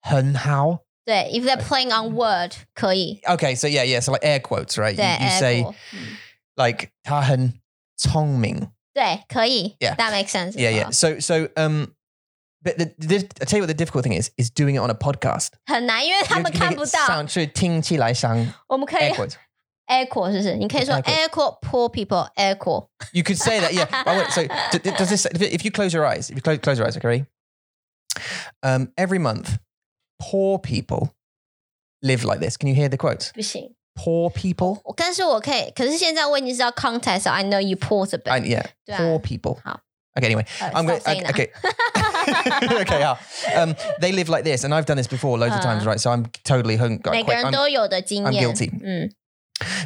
S1: 很好?
S2: 对，if they're playing on word，可以。
S1: Okay, so yeah, yeah, so like air quotes, right?
S2: 对
S1: 呃 you you say
S2: apple，嗯
S1: like 他很聪明。
S2: 对，可以。
S1: Yeah
S2: That makes sense.
S1: Yeah, yeah. So so um but the, the, I tell you what the difficult thing is is doing it on a podcast.
S2: 很难，因为他
S1: You
S2: 们
S1: have to
S2: 看
S1: make
S2: 不
S1: it
S2: 到。
S1: sound- 去听起来像
S2: 我们可以
S1: air quotes.
S2: equal 是不是？你可以说
S1: Equal
S2: equal poor people equal。
S1: You could say that, yeah. But I won't- so d- d- does this? If, if you close your eyes, if you close, close your eyes, okay. ready? Um, every month, poor people live like this. Can you hear the quotes?
S2: 不行，
S1: Poor people,
S2: 我但是我可以，可是现在我已经知道 context，so I know you poor 这
S1: and
S2: 边。
S1: yeah,
S2: 对啊
S1: poor people.
S2: How?
S1: Okay, anyway,
S2: 呃
S1: I'm
S2: stop
S1: going.
S2: saying
S1: Okay,
S2: that.
S1: okay. okay, yeah. Um, they live like this, and I've done this before loads of times,
S2: Uh.
S1: right? So I'm totally hung. Quite,
S2: 每个人
S1: I'm,
S2: 都有的经
S1: I'm
S2: 验。
S1: guilty
S2: 嗯，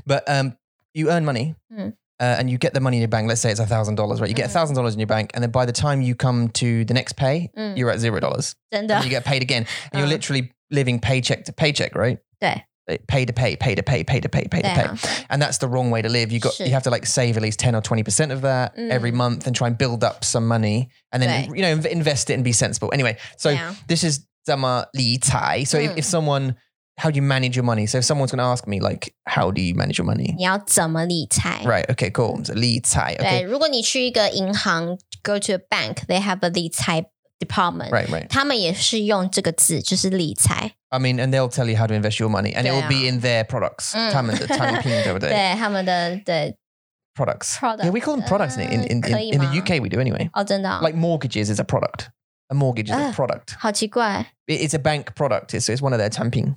S1: but um, you earn money.
S2: Mm.
S1: Uh, and you get the money in your bank. Let's say it's a thousand dollars, right? You get a
S2: Mm.
S1: thousand dollars in your bank, and then by the time you come to the next pay,
S2: Mm.
S1: you're at zero dollars.
S2: 真的
S1: and you get paid again. And you're
S2: Uh.
S1: literally living paycheck to paycheck, right?
S2: Yeah.
S1: eh, pay to pay, pay to pay, pay to pay, pay to
S2: Yeah.
S1: pay, and that's the wrong way to live. You got
S2: Sure.
S1: you have to like save at least ten or twenty percent of that every month and try and build up some money, and then you know inv- invest it and be sensible. Anyway, so
S2: Yeah.
S1: this is 怎么理财. So
S2: Mm.
S1: if, if someone, how do you manage your money? So if someone's going to ask me like, how do you manage your money?
S2: 你要怎么理财？
S1: Right. Okay. Cool. So 理财.
S2: 对，
S1: Okay.
S2: 如果你去一个银行，go to a bank，they have a 理财 department，、
S1: Right. Right.
S2: 他们也是用这个字，就是理财。
S1: I mean, and they'll tell you how to invest your money, and it will be in their products.
S2: 嗯。
S1: 他们的产品，对不对？
S2: 对他们的对
S1: products.
S2: Product.
S1: Yeah, we call them products in in, in, in,
S2: 呃，可以
S1: in the
S2: 吗？
S1: UK. We do anyway.
S2: 哦，真的哦、
S1: Like mortgages is a product. A mortgage is a
S2: 啊。
S1: product.
S2: 好奇怪。
S1: It- It's a bank product. It's, it's one of their 产品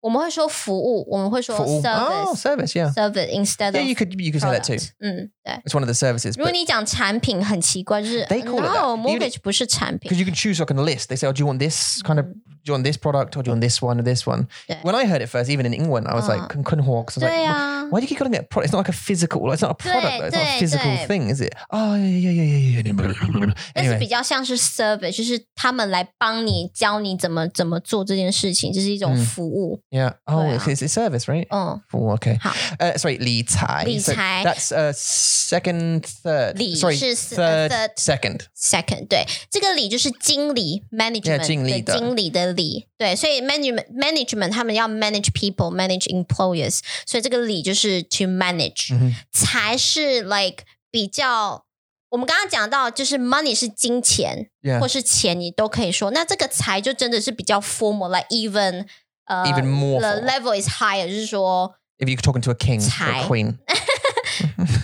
S2: 我们会说服务，我们会说
S1: for all. Oh,
S2: service、
S1: service. Yeah.
S2: service instead of
S1: Yeah, you could you could say that too.
S2: product 嗯，对。
S1: It's one of the services.
S2: 如果
S1: but-
S2: 你讲产品很奇怪，就是呃
S1: They call it
S2: no
S1: that. You-
S2: mortgage 不是产品
S1: because you can choose like on a list. They say, "Oh, do you want this kind of? Do you want this product, or do you want this one, or this one?"
S2: Yeah.
S1: When I heard it first, even in England, I was
S2: Uh.
S1: like, "Kun kun hawks." I was
S2: 对
S1: like, "Wh-
S2: 啊，
S1: "Why do you keep calling it a product? It's not like a physical. It's not a product.
S2: Yeah,
S1: though. It's not a
S2: yeah,
S1: physical
S2: yeah.
S1: thing, is it?" Oh yeah yeah yeah yeah yeah, yeah.
S2: 但是比
S1: Anyway,
S2: 较像是 service，就是他们来帮你教你怎么怎么做这件事情，这是一种
S1: 嗯
S2: 服务。
S1: yeah. Oh,
S2: Yeah.
S1: it's, it's a service, right?
S2: 嗯，
S1: Oh, okay.
S2: 好，
S1: Uh, sorry, 理财. So
S2: 理财。
S1: that's uh, second, third.
S2: 理
S1: sorry,
S2: 是
S1: third,
S2: third
S1: second.
S2: Second，对，这个理就是经理 management
S1: 经理的
S2: 对经理的理，对，所以 management management 他们要 manage people，manage employers，所以这个理就是 to manage，、
S1: 嗯哼
S2: 才是 like 比较。我们刚刚讲到，就是 money 是金钱
S1: Yeah.
S2: 或是钱，你都可以说。那这个财就真的是比较 formal，like even 呃
S1: Even more
S2: the
S1: formal.
S2: level is higher，就是说
S1: If you're talking to a king or a
S2: 财。
S1: queen,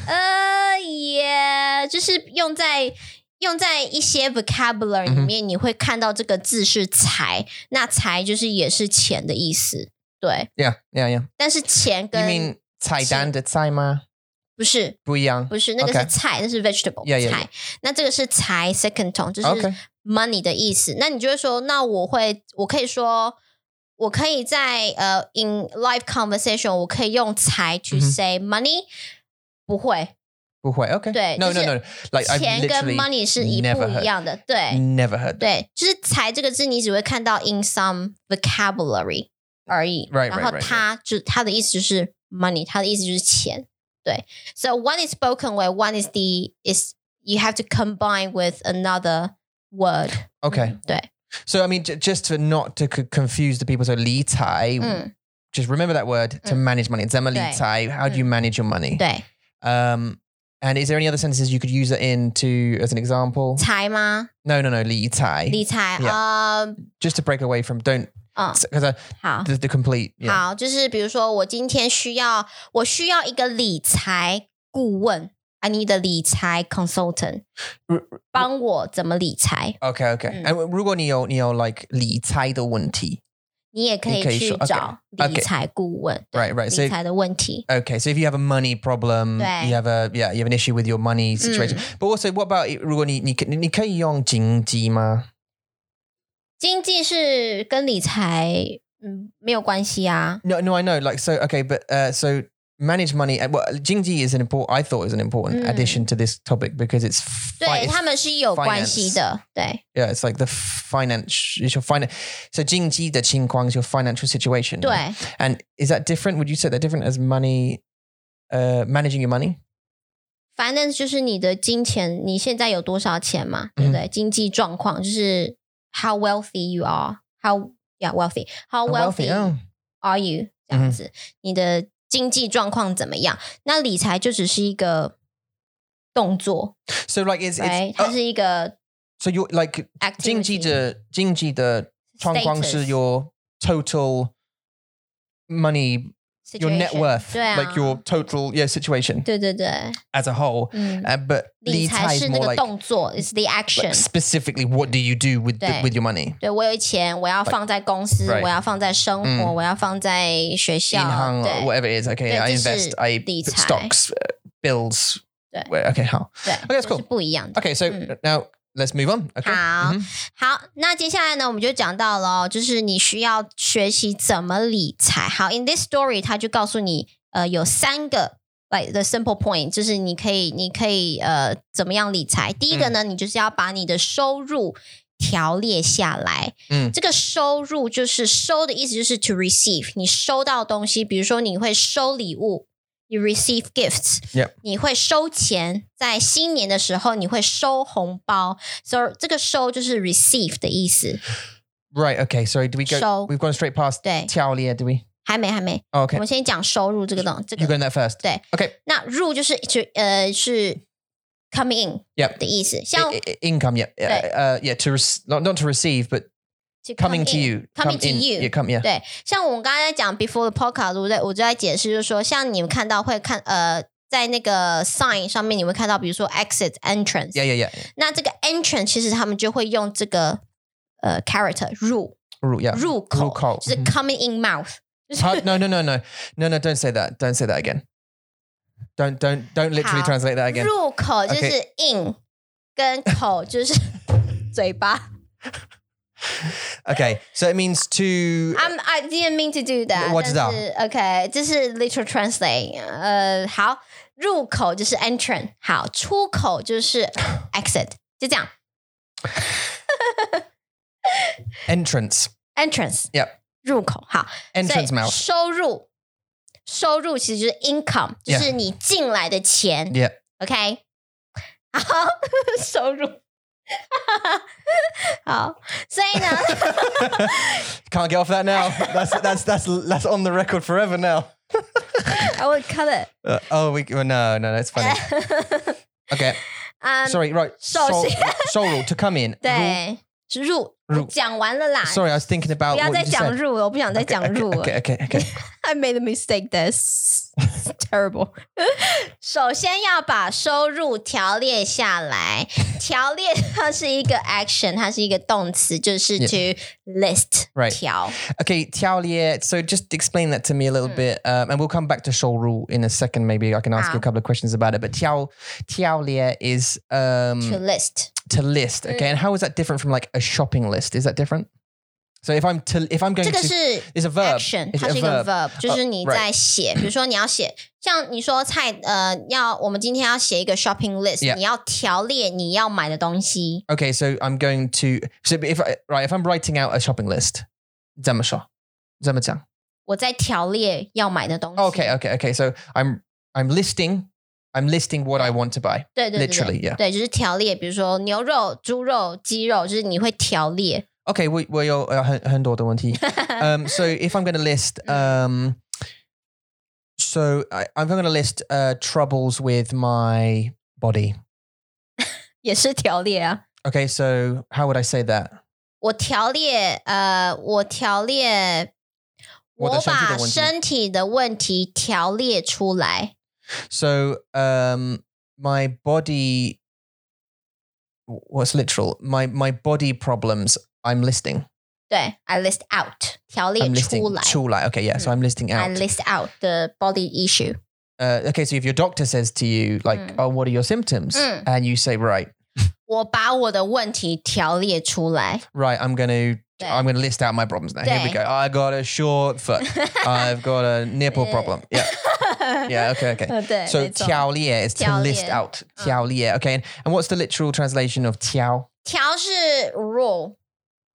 S2: 呃，也就是用在用在一些 vocabulary
S1: 嗯
S2: 里
S1: 哼
S2: 面，你会看到这个字是财，那财就是也是钱的意思，对。
S1: yeah, yeah, yeah.
S2: 但是钱
S1: You
S2: 跟
S1: mean 菜单的菜吗？
S2: 不是
S1: 不一样。
S2: 不是那个是
S1: OK
S2: 菜，那是 vegetable
S1: Yeah, yeah,
S2: 菜，那这个是财 second tone，就是
S1: OK
S2: money 的意思。那你就会说，那我会，我可以说。我可以在呃、in live conversation，我可以用财
S1: 嗯
S2: to
S1: 哼
S2: say money，、不会，
S1: 不会。Okay.
S2: 对，
S1: No,
S2: 就是
S1: no, no. Like I've
S2: 钱跟
S1: literally
S2: money 是一
S1: never
S2: 不
S1: heard 嗯
S2: 一样的，对
S1: never heard that.
S2: 对，就是财这个字你只会看到 in some vocabulary 而已
S1: Right, right,
S2: 然后
S1: right,
S2: 它就它的意思就是 money，它的意思就是钱，对。So one is spoken where one is the is you have to combine with another word，
S1: Okay.
S2: 对，
S1: So I mean, j- just to not to c- confuse the people. So 理财,
S2: 嗯，
S1: just remember that word to
S2: Mm.
S1: manage money. 怎么理财? How do you manage your money?
S2: 对，
S1: Um, and is there any other sentences you could use it in to as an example?
S2: 财吗？
S1: No, no, no. 理财.
S2: 理财，
S1: Yeah.
S2: 呃，
S1: Just to break away from don't
S2: 嗯，
S1: because
S2: 好。
S1: the, the complete. Yeah.
S2: 好，就是比如说，我今天需要我需要一个理财顾问，I need a 理财 consultant，帮
S1: 嗯
S2: 我怎么理财。
S1: Okay, okay.
S2: Mm.
S1: And 如果你有你有 like 理财的问题,
S2: 你也可
S1: 你可以
S2: 以去
S1: 说，OK，
S2: 找
S1: OK
S2: 理财顾问对
S1: right, right. So
S2: 理财的问题。
S1: Okay, so if you have a money problem, you
S2: 对。
S1: have a yeah, you have an issue with your money situation.
S2: Mm.
S1: But also, what about 如果你你你可以用经济吗？
S2: 经济是跟理财嗯没有关系啊，
S1: No, no, I know. Like so, okay, but uh, so manage money. uh, Well, Jingji is an important. I thought it was an important
S2: Mm.
S1: addition to this topic because it's fi-
S2: 对
S1: it's-
S2: 他们是有关系的，对
S1: Yeah, it's like the finance. It's your finance. So Jingji the Qingguang is your financial situation.
S2: 对
S1: And is that different? Would you say that different as money? Uh, managing your money.
S2: 反正就是你的金钱，你现在有多少钱嘛，对不
S1: 嗯
S2: 对？经济状况就是 how wealthy you are，how yeah wealthy how wealthy
S1: Oh,
S2: are you 这
S1: 嗯
S2: 样子，你的经济状况怎么样？那理财就只是一个动作，
S1: So like it's,
S2: right？
S1: it's
S2: 它
S1: uh,
S2: 是一个
S1: so you're like
S2: activity，
S1: 经济的经济的状况是
S2: Status.
S1: your total money, your net
S2: situation
S1: worth,
S2: 对啊
S1: like your total yeah situation
S2: 对对对，
S1: as a whole.
S2: 嗯，
S1: Uh, but
S2: 理
S1: 理财
S2: 财
S1: is
S2: 是那
S1: more
S2: 个
S1: like,
S2: 动作，is the
S1: like
S2: action。
S1: specifically what do you do with the,
S2: 对。
S1: with your money?
S2: 对我有钱，我要放在公司
S1: Right
S2: 我要放在生活
S1: 嗯
S2: 我要放在学校
S1: Inhang,
S2: 对
S1: or whatever it is. Okay,
S2: 对，
S1: I
S2: 这是
S1: invest, I
S2: 理财。
S1: put stocks, uh, bills.
S2: 对。Mm。
S1: where- Okay, how?
S2: 对
S1: that's
S2: 这是
S1: cool
S2: 不一样的。
S1: Okay, so
S2: 嗯
S1: now let's move on. Okay.
S2: 好
S1: Mhm.
S2: 好，那接下来呢，我们就讲到了哦，就是你需要学习怎么理财。好，in this story，他就告诉你，呃，有三个，like the simple point，就是
S1: 嗯
S2: 你可以，你可以，呃，怎么样理财？第一个呢，你就是要把你的收入条列下来。
S1: 嗯
S2: 这个收入就是收的意思，就是 to receive，你收到东西，比如说你会收礼物。You receive gifts，、
S1: Yep
S2: 你会收钱，在新年的时候你会收红包，so 这个收就是 receive 的意思。
S1: Right. Okay. Sorry. Do we go?
S2: So-
S1: We've gone straight past
S2: 对
S1: Tiaolia. Do we?
S2: 还没，还没，
S1: Oh,
S2: 我
S1: okay.
S2: 们先讲收入这个东这
S1: You're
S2: 个。
S1: going there first.
S2: 对
S1: Okay.
S2: 那入就是就呃是 coming in
S1: Yep.
S2: 的意思，像
S1: I- I- income. Yeah. Uh,
S2: Right.
S1: uh, yeah. To rec- not not to receive, but
S2: to come
S1: coming to
S2: in
S1: you.
S2: coming to
S1: in.
S2: you
S1: Yeah. Come. Yeah.
S2: 对，像我们刚才在讲 before the podcast，我在我就在解释，就是说，像你们看到会看呃，在那个 sign 上面你会看到，比如说 exit entrance，
S1: Yeah. Yeah. Yeah.
S2: 那这个 entrance 其实他们就会用这个呃 character 入
S1: Ru- Yeah.
S2: 入口，
S1: Rule call.
S2: 就是 coming in mouth，就是
S1: Huh? no. No. No. No. No. No. Don't say that. Don't say that again. Don't don't don't literally
S2: How?
S1: translate that again.
S2: 入口就是 in，、跟口就是 嘴巴。
S1: Okay. So it means to.
S2: I'm I didn't mean to do that 但是。
S1: 我知道
S2: OK，这是 literal translate。呃，好，入口就是 entrance，好，出口就是 exit，就这样。
S1: entrance.
S2: entrance，
S1: Yep.
S2: 入口。好，所以
S1: Entrance mouth.
S2: 收入，收入其实就是 income，就
S1: Yeah
S2: 是你进来的钱。
S1: Yeah.
S2: OK，好， 收入。 好，所以呢，
S1: Can't get off that now. That's that's that's that's on the record forever now.
S2: I would cut it。
S1: Uh, oh, we well, no no no. It's
S2: Eh.
S1: funny. Okay.
S2: 嗯
S1: Sorry. Right.
S2: so-
S1: Sol- Sorrel to come in.
S2: 对，是入
S1: 入
S2: 讲完了啦。
S1: Sorry, 啊 I was thinking
S2: 不
S1: about
S2: 要
S1: what
S2: 再
S1: you
S2: 讲
S1: said.
S2: 入了，我不想再讲入了。
S1: Okay, okay, okay.
S2: I made a mistake. That's terrible. 首先要把收入条列下来。条列它是一个 action，它是一个动词，就是 to list
S1: Right.
S2: 条。
S1: Okay, Tiao Lie, so just explain that to me a little bit, um, and we'll come back to Shoal Rule in a second. Maybe I can ask you a
S2: Ah.
S1: couple of questions about it. But Tiao Tiao Lie is
S2: To
S1: um,
S2: list，
S1: to Hmm. list, okay, and how is that different from like a shopping list? Is that different? So if I'm to, if I'm going
S2: 这个
S1: to,
S2: 是
S1: it's a verb.
S2: action，
S1: Is
S2: 它
S1: it
S2: 是
S1: a
S2: 一个
S1: verb? 呃
S2: verb，就是你
S1: right.
S2: 在写，比如说你要写，像你说菜，呃，要我们今天要写一个 shopping list，
S1: Yeah.
S2: 你要条列你要买的东西。
S1: Okay, so I'm going to. So if I, right, if I'm writing out a shopping list, 怎么说?怎么讲?
S2: 我在条列要买的东西。
S1: Okay, okay, okay. So I'm I'm listing, I'm listing what I want to buy.
S2: 对对对对
S1: Literally, yeah.
S2: 对，就是条列，比如说牛肉、猪肉、鸡肉，就是你会条列。
S1: Okay, we we all uh, um so if I'm going to list um so I, I'm going to list uh troubles with my body.
S2: 也是条列啊。
S1: Okay, so how would I say that?
S2: 我条列，呃，我条列，
S1: 我的
S2: 我
S1: 身体的
S2: 把
S1: 问题
S2: 身体的问题条列出来。
S1: So um my body what's literal? My my body problems I'm listing.
S2: 对，I list out，条列
S1: I'm listing
S2: 出来。
S1: 出来. Okay, yeah. So I'm listing out.
S2: I list out the body issue。
S1: uh, okay, so if your doctor says to you, like,
S2: Mm.
S1: oh, what are your symptoms?
S2: Mm.
S1: And you say, right,
S2: 我把我的问题条列出来。
S1: right, I'm going to.
S2: Yeah.
S1: I'm going to list out my problems now. Here we
S2: Yeah.
S1: go. I got a short foot. I've got a nipple
S2: Yeah.
S1: problem. Yeah. Uh, Yeah. Okay. Okay.
S2: 呃对，
S1: So
S2: 没错
S1: tiao lie is to list
S2: 条列。
S1: out. Tiao lie. Okay. And, and what's the literal translation of tiao?
S2: 条是 rule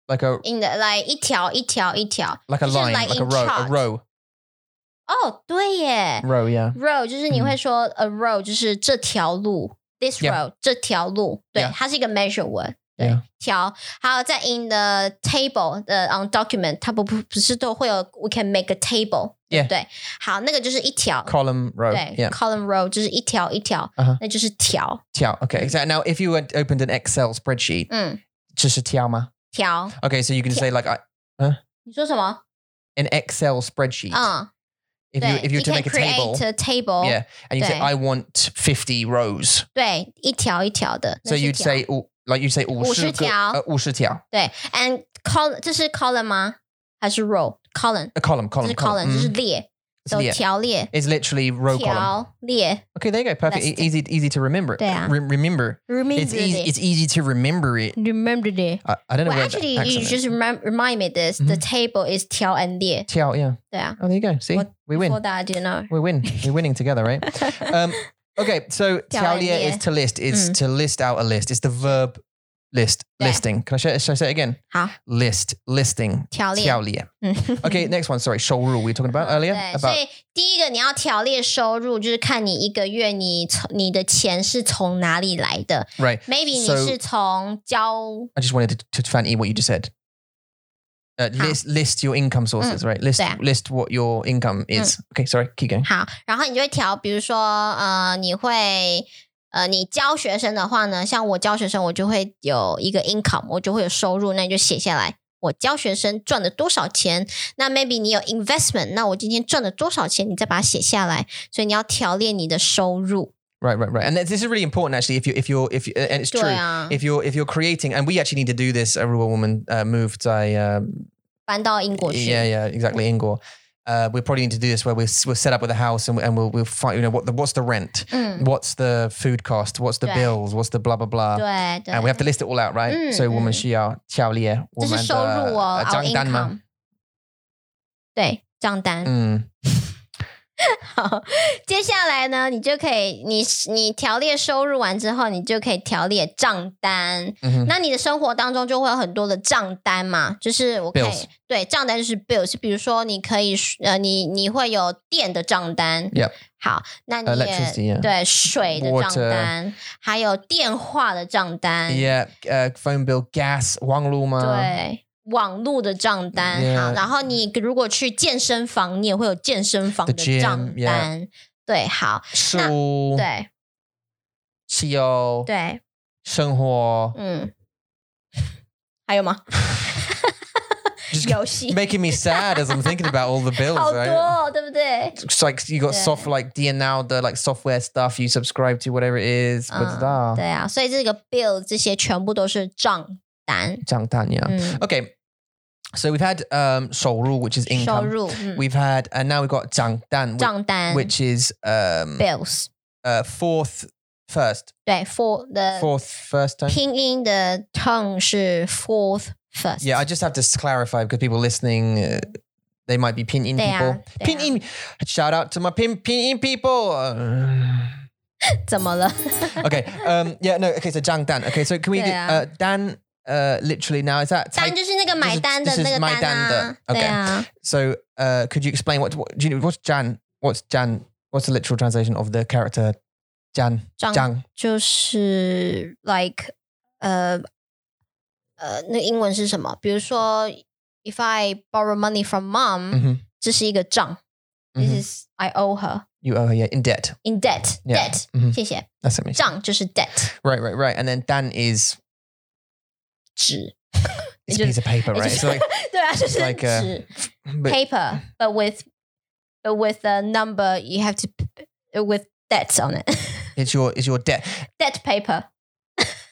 S1: Like a
S2: in the like 一条一条一条。
S1: like a
S2: 就是
S1: line,
S2: like
S1: like a
S2: in
S1: row, a
S2: chart.
S1: row,
S2: 哦，对耶
S1: row. Yeah.
S2: ，road 就是你会说 a road 就是这条路，this
S1: Yeah.
S2: road 这条路，对
S1: Yeah.，
S2: 它是一个 measure 文。对
S1: Yeah.，
S2: 条，还有在 in the table 的 on document，它不不不是都会有 we can make a table，对
S1: Yeah.
S2: 不对？好，那个就是一条，
S1: Column, row.
S2: 对
S1: Yeah.
S2: ，column row 就是一条一条
S1: 嗯哼，
S2: 那就是条，
S1: Tiao. Okay. Exactly. Now, if you had opened an Excel spreadsheet,
S2: 嗯，
S1: just a tiao ma.
S2: 条。
S1: Okay. So you can say like I,
S2: 你说什么？
S1: an Excel spreadsheet.
S2: 嗯，
S1: if you
S2: 对
S1: if you were to
S2: Ah, can
S1: make a table
S2: create a table，
S1: yeah and you say
S2: Okay.
S1: i want 50 rows
S2: 对，一条一条的。
S1: so
S2: 那是
S1: you'd
S2: 条
S1: say "Oh," like you say 50
S2: 50条。
S1: uh, 50条
S2: 对，and column 这是 column 吗？还是 row column？
S1: a column
S2: 这
S1: column
S2: 是 column，这是
S1: Mm.
S2: 列，
S1: It's
S2: 走
S1: lia-
S2: 条列，
S1: it's literally row column
S2: 条列
S1: okay there you go perfect E-
S2: List.
S1: easy easy to remember
S2: Yeah.
S1: Re- remember it's easy
S2: ，remember
S1: it's easy to remember it
S2: remember it。
S1: i, I don't know
S2: Well,
S1: where that
S2: actually, you
S1: accent Mm-hmm. is.
S2: just remind remind me this. The table is 条 and 列，
S1: Tiao, yeah
S2: 对啊。
S1: oh there you go see
S2: What-
S1: we win
S2: For that, you know.
S1: we win we're winning together right um okay so
S2: Tiao
S1: tiaolia
S2: lia. Mm.
S1: is to list it's to list out a list it's the verb list
S2: Yeah.
S1: listing. Can I say, should I say it again?
S2: 好
S1: List listing.
S2: 条列，
S1: 条列.
S2: 嗯，
S1: Okay, next one. Sorry, 收入. We were talking about earlier
S2: 对，所
S1: about
S2: 以第一个你要条列收入，就是看你一个月你从你的钱是从哪里来的。
S1: right.
S2: Maybe 你
S1: So-
S2: 是从交
S1: I just wanted to, to fancy what you just said. Uh, list list your income sources,
S2: Mm,
S1: right? List
S2: 对啊。
S1: list what your income
S2: Mm.
S1: is. Okay, sorry, keep going.
S2: 好，然后你就会调，比如说呃，你会呃，你教学生的话呢，像我教学生，我就会有一个 income，我就会有收入，那你就写下来。我教学生赚了多少钱？那 maybe 你有 investment，那我今天赚了多少钱？你再把它写下来。所以你要条列你的收入。
S1: Right, right, right. And this is really important actually if you if you're if you, uh, and it's
S2: 对
S1: true.
S2: 啊，
S1: If you're if you're creating and we actually need to do this, a rural woman uh, moved I um,
S2: 搬到英国去。
S1: Yeah, yeah, exactly. Ingor. Uh, we probably need to do this where we're, we're set up with a house and, we- and we'll, we'll find, you know, what the, what's the rent?
S2: 嗯，
S1: What's the food cost? What's the
S2: Right.
S1: bills? What's the blah, blah, blah?
S2: 对对
S1: And we have to list it all out, right?
S2: Mm,
S1: so,
S2: mm.
S1: 哎我们需要条列，呃
S2: 这是收
S1: uh,
S2: 入哦，our
S1: 我们的账单吗？
S2: income。对，账单。
S1: 嗯，
S2: 好，接下来呢，你就可以，你你条列收入完之后，你就可以条列账单。
S1: 嗯哼
S2: 那你的生活当中就会有很多的账单嘛，就是我可以
S1: Bills
S2: 对账单就是 bills，比如说你可以呃，你你会有电的账单
S1: Yep
S2: 好，那你也
S1: Electricity, yeah
S2: 对水的账
S1: 呃 Water
S2: 单，还有电话的账单
S1: Yeah, uh, phone bill, gas, 网路吗？
S2: 对。网络的账单
S1: 嗯 Yeah 嗯
S2: 好，然后你如果去健身房，你也会有健身房
S1: The
S2: 的
S1: gym，
S2: 账单对，好，
S1: 书、
S2: 对，
S1: 汽油、
S2: 对，
S1: 生活，
S2: 嗯， 还有吗？
S1: Just
S2: 游 戏
S1: making me sad as I'm thinking about all the bills.
S2: 好
S1: right?
S2: 多、哦，对不对？
S1: It's like you got
S2: Yeah.
S1: soft like DNL the like software stuff you subscribe to whatever it is
S2: Ah,
S1: ah,
S2: 嗯，对啊，所以这个 bill 这些全部都是账单，
S1: 不知道。账单，yeah.
S2: 嗯，
S1: Okay, so we've had um 收入 which is
S2: 收
S1: income.
S2: 入，嗯，
S1: We've had and now we've got 账单 which,
S2: 账单
S1: which is um
S2: bills，
S1: uh fourth first
S2: 对，for 的
S1: fourth first time.
S2: 拼音的 tone 是 fourth first，
S1: Yeah, I just have to clarify because people listening. Uh, they might be pinyin
S2: They
S1: people.
S2: are, they
S1: pinyin, shout out to my pin pinyin people. Uh,
S2: 怎么了？
S1: okay. Um. Yeah. No. Okay. So Zhang Dan. Okay. So can we get
S2: Yeah.
S1: uh, Dan? Uh. Literally now is that
S2: 单
S1: type-
S2: 就是那个
S1: 这
S2: 买
S1: 是
S2: 单的
S1: 这是
S2: 那个
S1: 买
S2: 单
S1: 单的
S2: 啊，对啊，
S1: So uh, could you explain what what do you what's Jan? What's Jan? What's the literal translation of the character Jan?
S2: 账
S1: Zhang.
S2: 就是 like 呃呃，那英文是什么？比如说，if I borrow money from mom，、
S1: Mhm.
S2: 这是一个账、
S1: Mhm.
S2: this is I owe her
S1: You owe her yeah in debt.
S2: in debt
S1: Yeah.
S2: debt，、
S1: Mhm.
S2: 谢谢，
S1: That's amazing.
S2: 账就是 debt
S1: Right. Right. Right. And then Dan is
S2: 纸，
S1: it's
S2: It
S1: a
S2: just-
S1: piece of paper,
S2: it
S1: right? It's
S2: just-
S1: like
S2: 对啊，就是
S1: like a-
S2: 纸
S1: but-
S2: paper but with but with a number you have to with debts on it
S1: It's your it's your debt.
S2: debt paper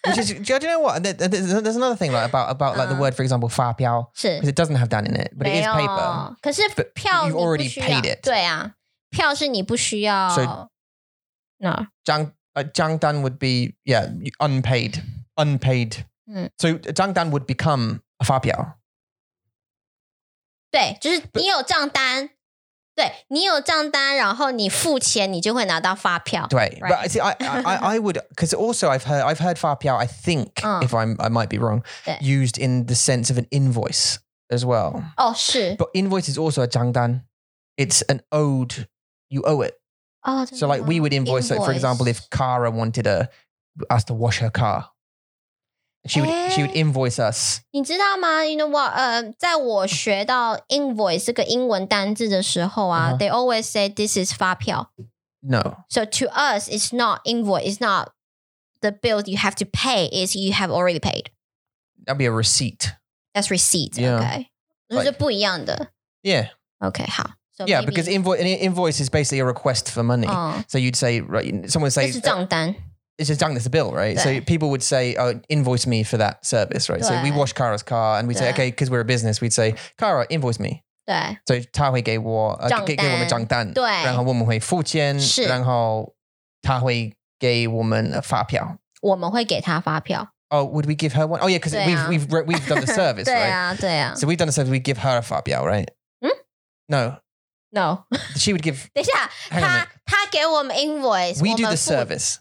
S1: Which is do you do you know what? And there- there- There's, there's another thing like about about like the
S2: Uh.
S1: word for example fa piao
S2: 是
S1: because it doesn't have dan in it, but
S2: 没
S1: it is
S2: 有
S1: paper.
S2: 可是
S1: But
S2: 票
S1: you've
S2: 你不
S1: already
S2: 需要
S1: paid it.
S2: 对啊，票是你不需要。
S1: So-
S2: no，
S1: Zhang like Zhang uh, Dan would be yeah unpaid unpaid.
S2: Mm.
S1: So Zhang Dan would become a fa piao.
S2: 对，就是你有账单，对你有账单，然后你付钱，你就会拿到发票。
S1: Right.
S2: Right.
S1: But see, I, I, I- I would because also I've heard I've heard fa piao. I think
S2: Uh.
S1: if I'm I might be wrong,
S2: Yeah.
S1: used in the sense of an invoice as well.
S2: 哦，是
S1: But invoice is also a zhang dan. It's an owed. You owe it.
S2: 哦。
S1: So like we would invoice, like for example, if Kara wanted a, us to wash her car, she would she would
S2: Eh.
S1: invoice us.
S2: 你知道吗？You know what？呃，在我学到 invoice 这个英文单字的时候啊、
S1: 嗯哼
S2: t h e y always say this is 发票。
S1: No.
S2: So to us, it's not invoice. It's not the bill you have to pay. Is you have already paid.
S1: That'd be a receipt.
S2: That's receipt.
S1: Yeah.
S2: Okay，那、
S1: Like-
S2: 是不一样的。
S1: Yeah.
S2: OK，好。So
S1: yeah,
S2: maybe- Oh.
S1: because invoice an invoice is basically a request for money.
S2: 哦，
S1: So you'd say right someone would
S2: 这
S1: say
S2: 是账单，
S1: it's just done. That's a bill, right? So
S2: Yeah.
S1: people would say, "Oh, invoice me for that service," right? So we
S2: Yeah.
S1: wash Kara's car, and we'd say,
S2: Yeah.
S1: "Okay," because we're a business, we'd say, "Kara, invoice me."
S2: 对
S1: So 他会给我-呃，
S2: 账单。
S1: 给-给我们账单，
S2: 对。
S1: 然后我们会付钱，
S2: 是。
S1: 然后他会给我们发票。
S2: 我们会给他发票。
S1: Oh, would we give her one? Oh yeah, because
S2: 对啊。
S1: we've we've re- we've done the service,
S2: 对
S1: right?
S2: 啊，对啊。
S1: So we've done the service. We give her a fabiao, right?
S2: Hmm?
S1: No,
S2: No，
S1: she would give.
S2: 等一下，
S1: Hang on a minute.
S2: 他他给我们 invoice，
S1: We
S2: 我
S1: do
S2: 们
S1: the
S2: 付
S1: service.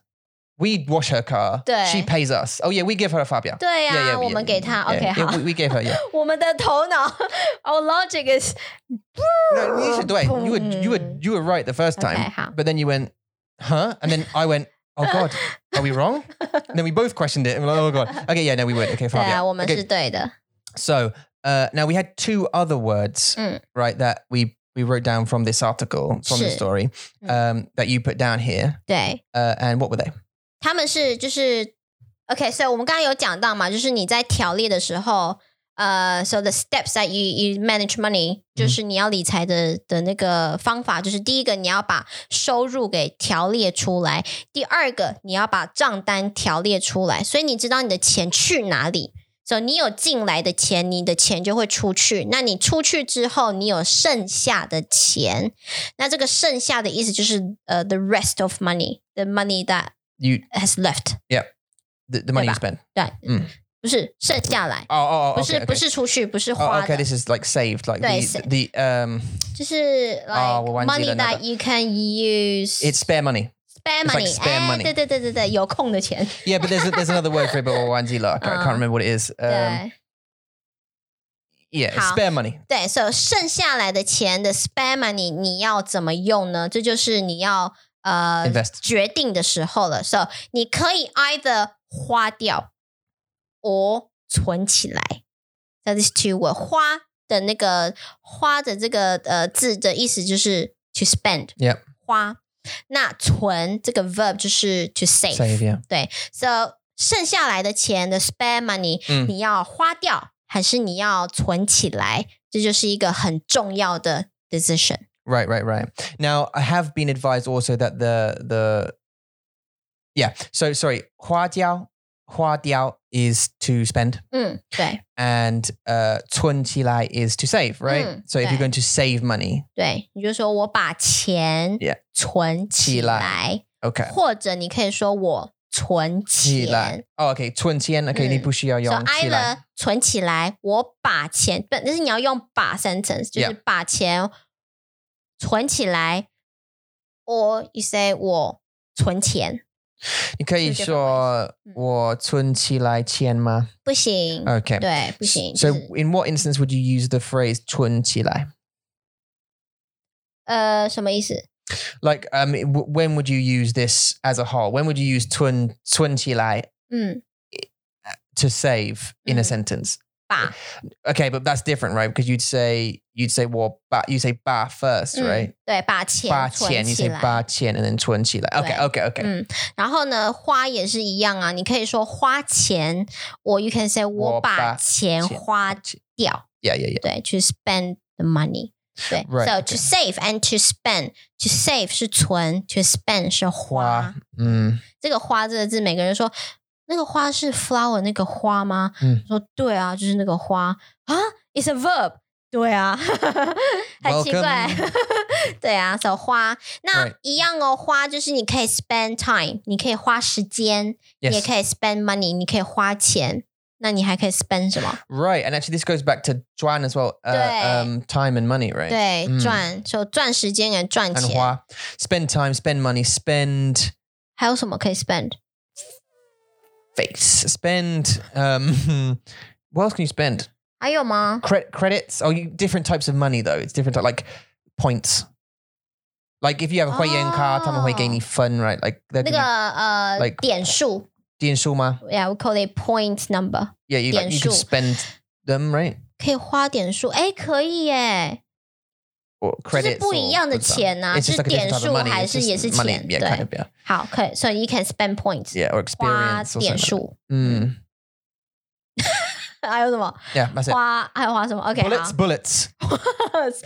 S1: We wash her car.
S2: Yeah.
S1: She pays us. Oh yeah, we give her a Fabia.
S2: 对呀、
S1: Yeah, yeah,
S2: 我们
S1: yeah,
S2: 给他
S1: yeah,
S2: OK 好
S1: yeah, we, we gave her yeah.
S2: 我们的头脑 ，our logic is
S1: No, you should wait. You were you were you were right the first time.
S2: Okay, how?
S1: But then you went, huh? And then I went, oh god, are we wrong? And then we both questioned it. And we're like, oh god. Okay, yeah, no, we would. Okay,
S2: 对
S1: Fabia.
S2: 啊，我们
S1: Okay,
S2: 是对的。
S1: So uh, now we had two other words,
S2: Mm.
S1: right? That we we wrote down from this article from the
S2: Shit.
S1: story um, that you put down here.
S2: 对，
S1: Uh, and what were they?
S2: 他们是就是 OK，所、以我们刚刚有讲到嘛，就是你在条列的时候，呃、s o the steps that you you manage money，、就是你要理财的的那个方法，就是第一个你要把收入给条列出来，第二个你要把账单条列出来，所以你知道你的钱去哪里。所、以你有进来的钱，你的钱就会出去。那你出去之后，你有剩下的钱，那这个剩下的意思就是呃、t h e rest of money，the money that
S1: You
S2: has left，
S1: the, the money you
S2: Yeah,
S1: spent.
S2: 对，
S1: 嗯，
S2: 不是剩下来，
S1: Oh, oh, oh
S2: 不
S1: okay,
S2: 是
S1: okay.
S2: 不是出去，不是
S1: Oh,
S2: 花
S1: okay.
S2: 的，
S1: This is like saved, like
S2: Right,
S1: the,
S2: sa-
S1: the um,
S2: 就是
S1: 哦我
S2: like
S1: 忘记
S2: money
S1: 了那个
S2: that you can use
S1: it's spare money.
S2: spare
S1: it's like
S2: money，
S1: spare
S2: 哎，
S1: money
S2: 对对对对对，有空的钱，
S1: Yeah, but there's a, there's another word for it, but oh, I can't I can't
S2: Um,
S1: remember what it is. Um,
S2: 对
S1: yeah,
S2: how-
S1: spare money.
S2: 对，所以剩下来的钱的 spare money 你要怎么用呢？这就是你要呃
S1: Invest
S2: 决定的时候了，so 你可以 either 花掉，or 存起来。So these two word 花的那个花的这个呃字的意思就是 to spend，
S1: Yep.
S2: 花。那存这个 verb 就是 to save，,
S1: Save, yeah.
S2: 对，so 剩下来的钱的 spare money，、
S1: 嗯
S2: 你要花掉还是你要存起来？这就是一个很重要的 decision。
S1: Right, right, right. Now I have been advised also that the the yeah. So sorry, hua diao, hua diao is to spend,
S2: 嗯，对
S1: and uh, cun qi lai is to save. Right.
S2: Mm,
S1: so if you're
S2: right.
S1: going to save money,
S2: 对，你就说我把钱
S1: Yeah
S2: 存
S1: 起
S2: 起
S1: 来
S2: 来，
S1: okay.
S2: 或者你可以说我存
S1: Qi
S2: 钱
S1: lai.。Oh, okay. Cun qian. Okay,
S2: 嗯。
S1: ni bu shi yao
S2: 说
S1: yong
S2: I
S1: qi lai.
S2: e 存起来，我把钱，但但是你要用把 sentence，就是把钱存起来。Or you say 我存钱
S1: 你可以
S2: 是这个
S1: 说
S2: 嗯
S1: 我存起来钱吗
S2: 不行
S1: ？Okay.
S2: 对，不行。
S1: So
S2: 就是
S1: in what instance would you use the phrase 存起来？
S2: 呃，什么意思？
S1: Like um, w- when would you use this as a whole? When would you use 存存起来
S2: 嗯，
S1: to save in a
S2: Mm.
S1: sentence.
S2: 把
S1: Okay, but that's different, right? Because you'd say you'd say well, ba, you say ba first,
S2: 嗯
S1: right?
S2: 对，把钱
S1: Ba
S2: 存
S1: qian, you
S2: 起
S1: say
S2: 来。
S1: ba qian, and then twen qi lai. Okay,
S2: Right.
S1: okay, okay.
S2: 嗯，然后呢，花也是一样啊，你可以说花钱，or you can say
S1: 我
S2: 我
S1: 把
S2: 把钱
S1: 钱
S2: 花掉。
S1: Yeah, yeah, yeah.
S2: 对，to spend the money。对
S1: Right,
S2: ，so
S1: okay.
S2: to save and to spend。to save 是存，to spend 是花。
S1: Mm.
S2: 这个“花”这个字，每个人说那个“花”是 flower 那个花吗？
S1: 嗯
S2: 我说对啊，就是那个花啊，it's a verb。对啊， 很奇怪
S1: Welcome.。
S2: 对啊，so 花那
S1: Right.
S2: 一样哦，花就是你可以 spend time，你可以花时间，你也
S1: Yes.
S2: 可以 spend money，你可以花钱，那你还可以 spend 什么？
S1: Right, and actually this goes back to Juan as well.
S2: Dui.
S1: Uh, um, time and money, right?
S2: 对，
S1: 嗯
S2: 赚，就赚时间也赚
S1: And
S2: 钱。
S1: hua. Spend time, spend money, spend
S2: 还有什么可以 spend？
S1: face, spend. Um, what else can you spend?
S2: 还有吗？
S1: Cre- credits? Oh, you different types of money though. It's different, type- like points. Like if you have a Hui Yen car,
S2: Oh.
S1: 他们会给你分, right? Like they're
S2: 那个
S1: gonna
S2: 呃
S1: like-
S2: 点数
S1: 点数吗?
S2: ，Yeah，we call it point number，
S1: Yeah, you, like, you can
S2: 点数。
S1: spend them, right?
S2: 可以花点数，哎，可以耶，
S1: Or
S2: 就是
S1: credits.
S2: 不
S1: or
S2: 一样的
S1: what's that?
S2: 钱呐，
S1: It's
S2: 是
S1: just like a
S2: 点
S1: different type
S2: 数
S1: of money.
S2: 还
S1: It's
S2: 是也是
S1: just
S2: 钱
S1: money.？Yeah, kind
S2: 对
S1: of,，yeah.
S2: 好，可以，所以 you can spend points，
S1: Yeah, or
S2: 花
S1: experience. Or
S2: 点
S1: something.
S2: 数，
S1: Mm.
S2: 还有什么
S1: Yeah, that's it.
S2: 花，还有花什么？OK，
S1: bullets,
S2: 好
S1: bullets.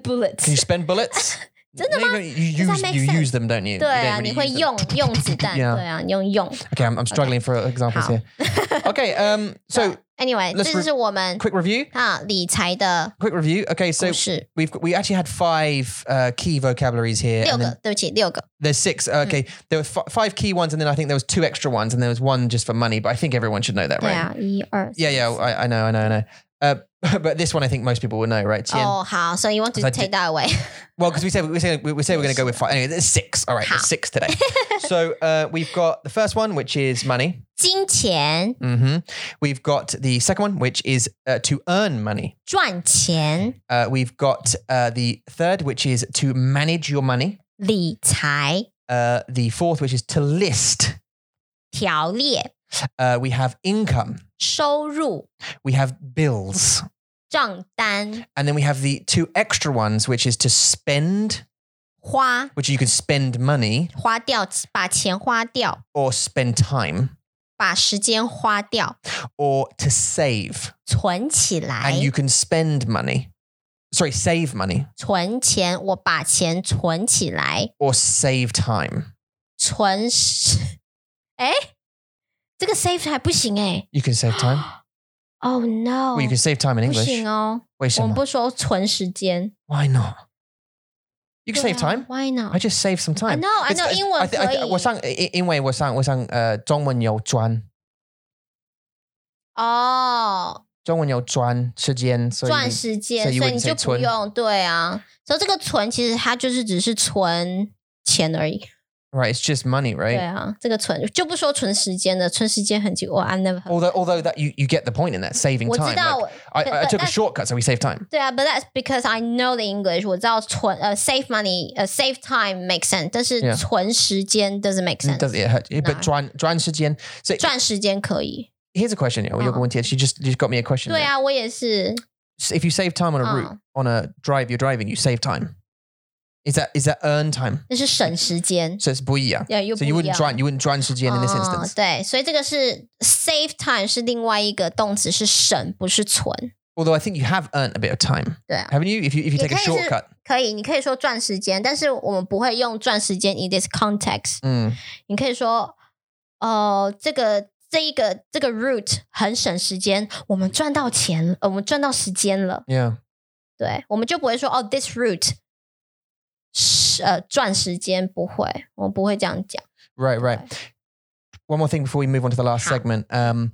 S1: Can you
S2: bullets，
S1: spend bullets? no, you, don't- you
S2: Does
S1: use
S2: that make
S1: you
S2: sense?
S1: use them, don't you?
S2: 对
S1: you
S2: 啊，
S1: don't
S2: 你
S1: really
S2: 会
S1: use them.
S2: 用用子弹，
S1: Yeah
S2: 对啊，你用用。
S1: Okay, I'm, I'm struggling for examples here. okay, um, so
S2: 啊 Anyway，
S1: let's
S2: 这就是我们
S1: quick review.
S2: 啊理财的
S1: Quick review. Okay, so
S2: 故事。
S1: we've got, we actually had five uh, key vocabularies here.
S2: 六
S1: And
S2: 个
S1: then，
S2: 对不起，六个。
S1: there's six. uh, Okay, there were f- five key ones, and then I think there was two extra ones, and there was one just for money. But I think everyone should know that,
S2: 对
S1: right?
S2: 啊，一二
S1: Yeah, yeah. I, I know, I know, I know. Uh, but this one I think most people will know, right? Tien.
S2: 哦，好，so you want to
S1: So I
S2: take
S1: did-
S2: that away？
S1: Well, because we said we said we said we're going to go with five. Anyway, there's six. All right, there's
S2: Ha.
S1: six today. so uh, we've got the first one, which is money.
S2: 金钱、
S1: hmm We've got the second one, which is uh, to earn money.
S2: 赚钱、
S1: Uh, we've got uh, the third, which is to manage your money.
S2: 理财、
S1: Uh, the fourth, which is to list.
S2: 条列、
S1: Uh, we have income.
S2: 收入、
S1: We have bills.
S2: 账单、
S1: And then we have the two extra ones, which is to spend,
S2: 花
S1: which you could spend money
S2: 花掉，把钱花掉，
S1: or spend time
S2: 把时间花掉，
S1: or to save.
S2: 存起来
S1: And you，can spend money. Sorry, save money
S2: 存钱，我把钱存起来，
S1: or save time.
S2: 存时，哎，这个 save 还不行哎
S1: You can save time.
S2: ，Oh no，
S1: Well, you can save time in
S2: 不
S1: English.
S2: 行哦，
S1: Wait
S2: 我
S1: some
S2: 们不说存时间，
S1: Why not? You can save
S2: 对啊
S1: time.
S2: Why not？
S1: I just saved some time.
S2: I know, I
S1: It's-
S2: know,
S1: it's-
S2: 英文
S1: I thi- I thi-
S2: 可以。
S1: uh, 我上因为我上我上呃中文有专中文有专时间，所以
S2: 哦，赚时间，
S1: 所
S2: 所
S1: 以
S2: 以
S1: you
S2: 你
S1: wouldn't say
S2: 就不
S1: 存
S2: 用对啊。所以这个存其实它就是只是存钱而已。
S1: right. It's just money,
S2: 对
S1: right?
S2: 啊，这个存就不说存时间的，存时间很奇怪。I never，heard-
S1: Although although that you, you get the point in that saving
S2: 我
S1: time.
S2: 知道
S1: like,
S2: 我
S1: I,
S2: but-
S1: I
S2: but
S1: took a
S2: that's-
S1: shortcut, so we saved time.
S2: 对啊，but that's because I know the English，我知道存呃 save money 呃 save time makes sense，但是
S1: Yeah
S2: 存时间 doesn't make
S1: It
S2: sense
S1: does。it hurt? But
S2: No.
S1: 转转时间. So
S2: 赚时间可以，
S1: here's a question. Yeah,
S2: Uh-huh.
S1: She just you just got me a question.
S2: 对
S1: there.
S2: 啊，我也是。
S1: So If you save time on a route
S2: Uh.
S1: on a drive you're driving, you save time. Is that is that earn time?
S2: 那是省时间，
S1: So it's 不一样.
S2: 对，又
S1: So
S2: 不
S1: you
S2: 一
S1: wouldn't
S2: 样。
S1: drive you wouldn't 转时间 in this
S2: 哦
S1: instance.
S2: 对，所以这个是 save time 是另外一个动词，是省，不是存。
S1: Although I think you have earned a bit of time,
S2: 对啊，
S1: haven't you? If you if you
S2: It
S1: take a
S2: kinda is-
S1: shortcut,
S2: 可以，你可以说赚时间，但是我们不会用赚时间 in this context。
S1: Mm.
S2: 你可以说，哦，这个这一个这个 route 很省时间，我们赚到钱了，呃我们赚到时间了。
S1: yeah,
S2: 对，我们就不会说哦，this route 是呃赚时间，不会，我们不会这样讲。
S1: right, right. One more thing before we move on to the last
S2: Huh.
S1: segment, um,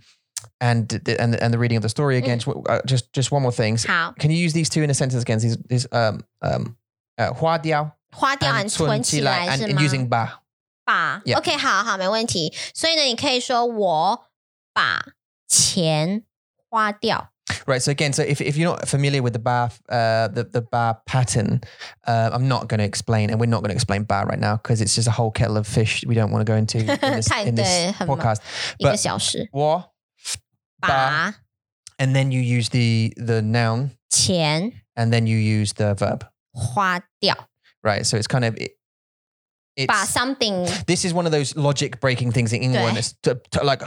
S1: and the, and the, and the reading of the story again. Just, uh, just just one more thing. So
S2: 好，
S1: Can you use these two in a sentence again? These these um um uh, 花雕
S2: 花掉
S1: and
S2: 和存起
S1: 存起来 and,
S2: 来是
S1: and
S2: 吗？
S1: using ba.
S2: 把
S1: Yeah.
S2: OK，好好，没问题。所以呢，你可以说我把钱花掉。
S1: Right. So again, so if, if you're not familiar with the bar, uh, the the bar pattern, uh, I'm not going to explain, and we're not going to explain bar right now because it's just a whole kettle of fish we don't want to go into in this,
S2: 太-
S1: in this
S2: 对，很忙。
S1: podcast.
S2: 一个
S1: But-
S2: 小时，
S1: War,
S2: 把
S1: and then you use the the noun,
S2: 钱
S1: and then you use the verb.
S2: 花掉，
S1: Right. So it's kind of it, it's.
S2: 把 something
S1: this is one of those logic breaking things in England. It's t- t- like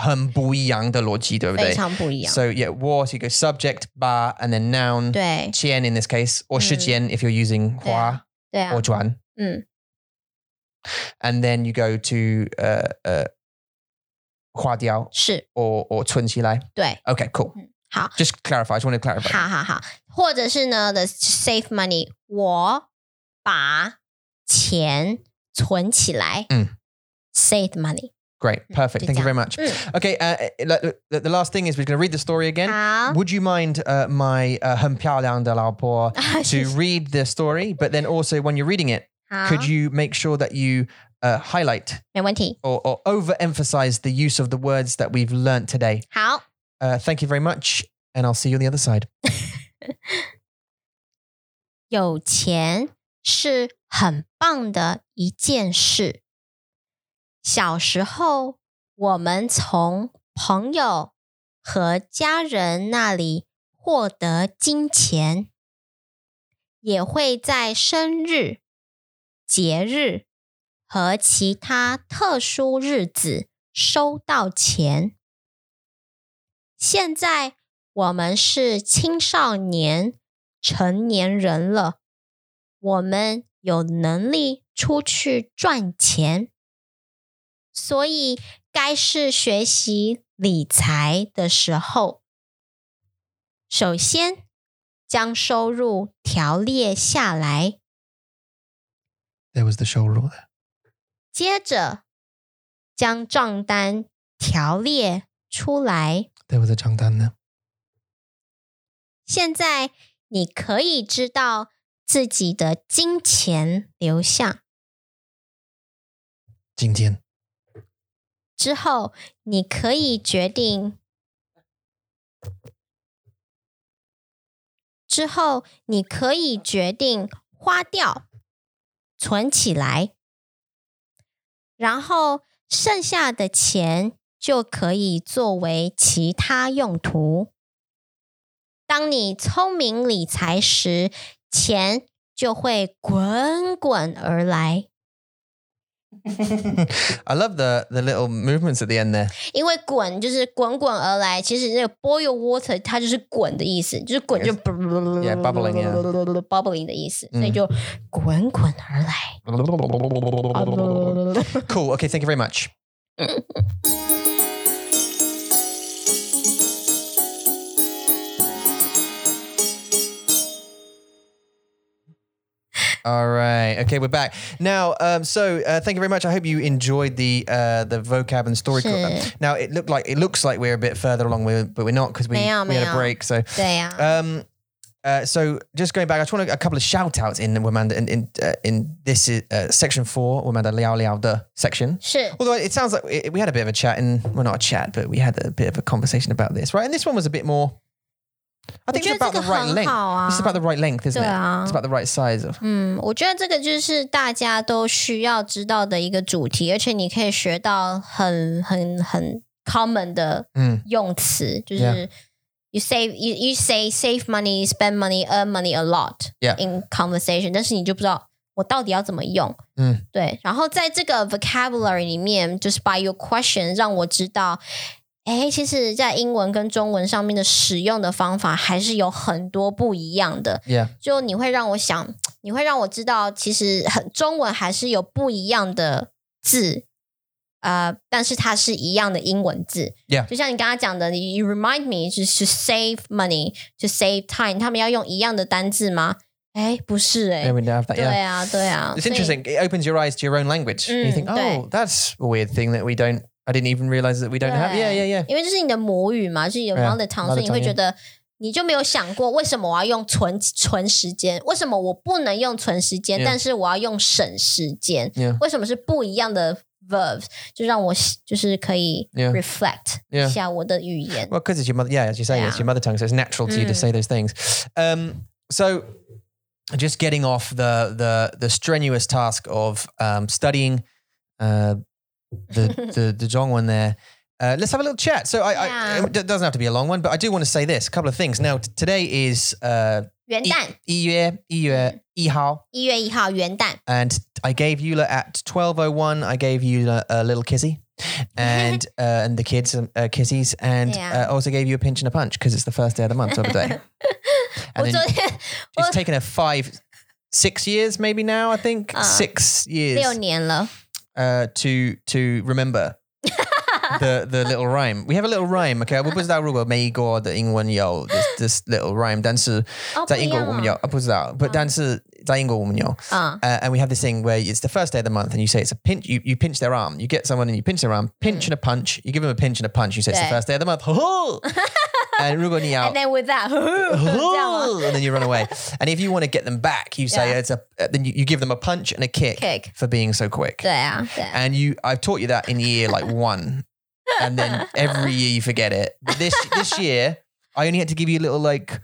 S1: 很不一
S2: 非
S1: 样的逻辑，对不对？
S2: 常不一样。
S1: So yeah, war. So you go subject, bar, and then noun.
S2: 对
S1: qian in this case, or
S2: 嗯。
S1: shijian if you're using hua.
S2: 对啊
S1: or，Juan.
S2: Mm.
S1: And then you go to uh, uh, Hua Diao
S2: 是
S1: or, or Chun Xi Lai.
S2: 对，
S1: Okay, cool.
S2: 好，
S1: Just clarify. I just want to clarify.
S2: 好好好，或者是呢，the save money，我把钱存起来，
S1: 嗯
S2: ，save money，
S1: Great. Perfect.
S2: Good
S1: Thank you
S2: job.
S1: very much.
S2: 嗯，
S1: Okay, uh, the, the- the last thing is we're going to read the story again.
S2: 好
S1: 嗯 Would you mind uh, my uh, 很漂亮的老婆 to
S2: 谢谢
S1: read the story, but then also when you're reading it,
S2: 好，
S1: could you make sure that you uh, highlight
S2: 没问题，
S1: or, or overemphasize the use of the words that we've learnt today?
S2: 好。
S1: Uh, thank you very much, and I'll see you on the other side.
S8: 有钱是很棒的一件事。小时候，我们从朋友和家人那里获得金钱，也会在生日、节日和其他特殊日子收到钱。现在我们是青少年。成年人了，我们有能力出去赚钱，所以该是学习理财的时候。首先，将收入条列下来，
S1: There was the shoulder.
S8: 接着将账单条列出来，
S1: There was a 账单 there.
S2: 现在你可以知道自己的金钱流向，
S9: 今天
S2: 之后你可以决定，之后你可以决定花掉、存起来，然后剩下的钱就可以作为其他用途。当你聪明理财时，钱就会滚滚而来。
S1: I love the the little movements at the end there.
S2: 因为滚就是滚滚而来，其实那个 boil water 它就是滚的意思，就是滚就
S1: Yeah, bubbling, yeah.
S2: bubbling 的意思，
S1: 嗯
S2: 所以就滚滚而 来。
S1: Cool. Okay, thank you very much. All right. Okay, we're back now. Um, so, uh, thank you very much. I hope you enjoyed the uh, the vocab and story. co-
S2: Sure.
S1: Now it looked like it looks like we're a bit further along, we- but we're not because we, we
S2: Meow,
S1: had a
S2: meow.
S1: break. So,
S2: 对呀、
S1: um, uh, so just going back, I just want a, a couple of shout outs in Womanda in in, uh, in this uh, section four, Womanda Liao Liao De section.
S2: 是
S1: Although it sounds like it, we had a bit of a chat, and well, not a chat, but we had a bit of a conversation about this, right? And this one was a bit more. I think it's
S2: 觉得
S1: about
S2: 这
S1: the
S2: 个
S1: right
S2: 很
S1: length.
S2: 好啊
S1: It's。about the right length, isn't
S2: 对
S1: it?
S2: 啊
S1: It's，about the right size of.
S2: 嗯，我觉得这个就是大家都需要知道的一个主题，而且你可以学到很很很 common 的
S1: Mm.
S2: 用词，就是
S1: Yeah.
S2: you save you you say save money, spend money, earn money a lot
S1: Yeah.
S2: in conversation，但是你就不知道我到底要怎么用。
S1: 嗯，
S2: 对。然后在这个 vocabulary 里面，就是 by your question 让我知道。哎，其实，在英文跟中文上面的使用的方法还是有很多不一样的。
S1: Yeah.
S2: 就你会让我想，你会让我知道，其实很中文还是有不一样的字，呃，但是它是一样的英文字。
S1: Yeah.
S2: 就像你刚刚讲的你，you remind me 就是 save money，就 save time，他们要用一样的单字吗？哎，不是哎、
S1: Yeah, we don't have that.
S2: 对
S1: Yeah.
S2: 啊，对啊。
S1: It's
S2: 所以
S1: interesting. It opens your eyes to your own language. And you
S2: Mm,
S1: think, oh,
S2: 对。
S1: that's a weird thing that we don't. I didn't even realize that we don't have. Yeah,
S2: 对
S1: yeah, yeah.
S2: 因为这是你的母语嘛，就是你的
S1: Yeah,
S2: mother tongue，
S1: mother
S2: 所以你会
S1: tongue,
S2: 觉得你就没有想过为什么我要用存存时间，为什么我不能用存时间
S1: Yeah.
S2: 但是我要用省时间
S1: Yeah.
S2: 为什么是不一样的 verbs？就让我就是可以
S1: Yeah.
S2: reflect
S1: Yeah.
S2: 一下我的语言。
S1: Well, because it's your mother. Yeah, as you say, it's
S2: Yeah.
S1: your mother tongue, so it's natural to you to
S2: Mm.
S1: say those things. Um, so, just getting off the the the strenuous task of um, studying uh, the the the Zhong one there. Uh, let's have a little chat. So I,
S2: Yeah.
S1: I it doesn't have to be a long one, but I do want to say this a couple of things. Now t- today is uh,
S2: 元旦
S1: 1月1月1号,
S2: Mm. 一月一号，元旦
S1: and I gave Eula at twelve oh one. I gave Eula a little kizzy, and uh, and the kids um, uh, kissies, and
S2: Yeah.
S1: uh, also gave you a pinch and a punch because it's the first day of the month, other day.
S2: 我
S1: And
S2: 昨
S1: then
S2: 天
S1: it's taken her five, six years maybe now. I think
S2: Uh,
S1: six
S2: 六
S1: years
S2: 年了，
S1: uh, to to remember. the the little rhyme we have a little rhyme okay 我不知道如果美国的英文有 this this little rhyme
S2: 哦，不一样哦
S1: 但是在英国我们有，呃，不知道，but 但是在英国我们有。
S2: 啊，
S1: uh, and we have this thing where it's the first day of the month and you say it's a pinch you, you pinch their arm you get someone and you pinch their arm
S2: Mm.
S1: pinch and a punch you give them a pinch and a punch you say it's the
S2: Yeah.
S1: first day of the month and 如果你要
S2: and then with that，这 样啊 吗
S1: and then you run away and if you want to get them back you say
S2: Yeah.
S1: it's a uh, then you, you give them a punch and a kick,
S2: Kick.
S1: for being so quick
S2: 对啊，对啊，
S1: and you I've taught you that in year like one and then every year you forget it but this this year I only had to give you a little like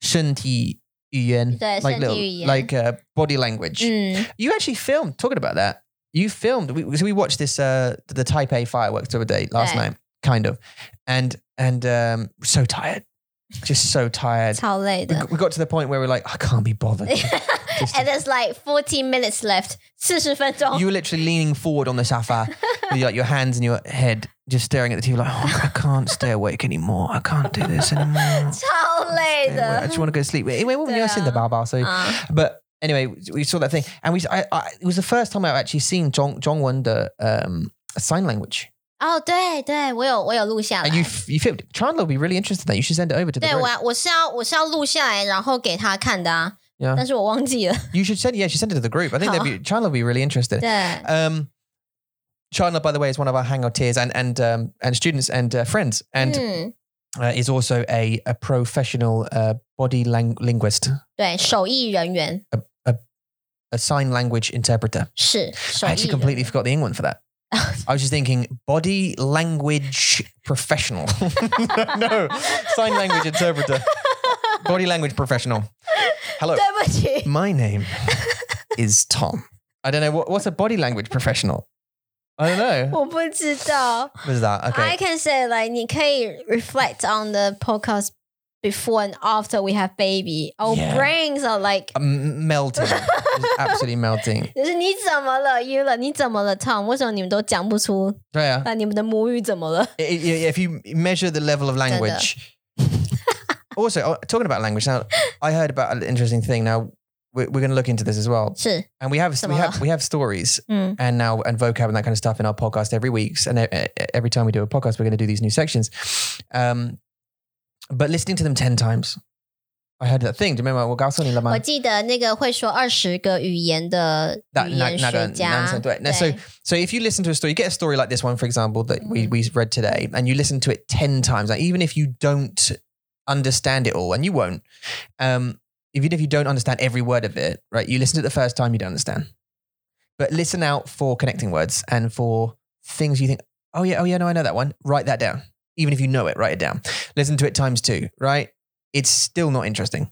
S1: 身体语言
S2: 对，
S1: like little
S2: 身体语言。
S1: like uh, body language
S2: 嗯，
S1: you actually filmed talking about that. You filmed. We, so we watched this uh the Taipei fireworks the other day last
S2: Right.
S1: night, kind of, and and um so tired, just so tired.
S2: 超累
S1: We,
S2: 的。
S1: we got to the point where we're like, I can't be bothered. Just-
S2: And there's like fourteen minutes left，四 十分钟。
S1: you were literally leaning forward on the sofa with like your hands in your head, just staring at the TV, like, oh, I can't stay awake anymore. I can't do this anymore.
S2: 超累
S1: Stay awake. I
S2: 的
S1: just want to go to sleep. Anyway, when you're in the bao bao, so
S2: 啊！
S1: But anyway, we saw that thing, and we I, I, it was the first time I've actually seen John John Wonder um, sign language,
S2: 哦，对对，我有我有录下
S1: and you
S2: 来。
S1: you filmed. it. Chandler will be really interested in that. You should send it over to the
S2: 对，我
S1: group.
S2: 要我是要我是要录下来，然后给他看的啊。
S1: Yeah.
S2: 但是我忘记了。
S1: You should send yeah, you should send it to the group. I think they'd be, Chandler will be really interested.
S2: 对
S1: Um,
S2: Mm.
S1: Chandler, by the way, is one of our hangouters and and um, and students and uh, friends, and
S2: 嗯
S1: uh, is also a, a professional uh, body lang- linguist,
S2: 对，手艺人员
S1: a sign language interpreter.
S2: 是
S1: Uh-huh。
S2: 手
S1: I
S2: 艺
S1: actually
S2: 人
S1: completely forgot the England for that. I was just thinking body language professional. no, sign language interpreter. Body language professional. Hello,
S2: 对不起，
S1: my name is Tom. I don't know what, what's a body language professional. I don't know.
S2: 我不知道。
S1: What is that? Okay.
S2: I can say like 你可以 reflect on the podcast before and after we have baby. Our
S1: Yeah.
S2: brains are like，、
S1: Um, melting. Just absolutely melting.
S2: 就是你怎么了，you 了，你怎么了，Tom？为什么你们都讲不出？呃
S1: Yeah.
S2: 那、你们的母语怎么了？
S1: I- i- if you measure the level of language. also, uh, talking about language now, I heard about an interesting thing. Now we're, we're going to look into this as well,
S2: 是，
S1: and we have we
S2: Similar.
S1: have we have stories
S2: 嗯
S1: and now and vocab and that kind of stuff in our podcast every week. And e- e- every time we do a podcast, we're going to do these new sections. Um, but listening to them ten times, I heard that thing. Do you remember?
S2: 我
S1: 我告诉你了吗？
S2: 记得那个会说二十个语言的
S1: 那
S2: 语
S1: 那
S2: 言
S1: 那个
S2: 学家，
S1: 男生对，那所以所以 if you listen to a story, you get a story like this one, for example, that we we read today, and you listen to it ten times, like even if you don't understand it all, and you won't, um, even if you don't understand every word of it, right? You listen to it the first time, you don't understand, but listen out for connecting words and for things you think, oh yeah, oh yeah, no, I know that one. Write that down. Even if you know it, write it down. Listen to it times two, right? It's still not interesting.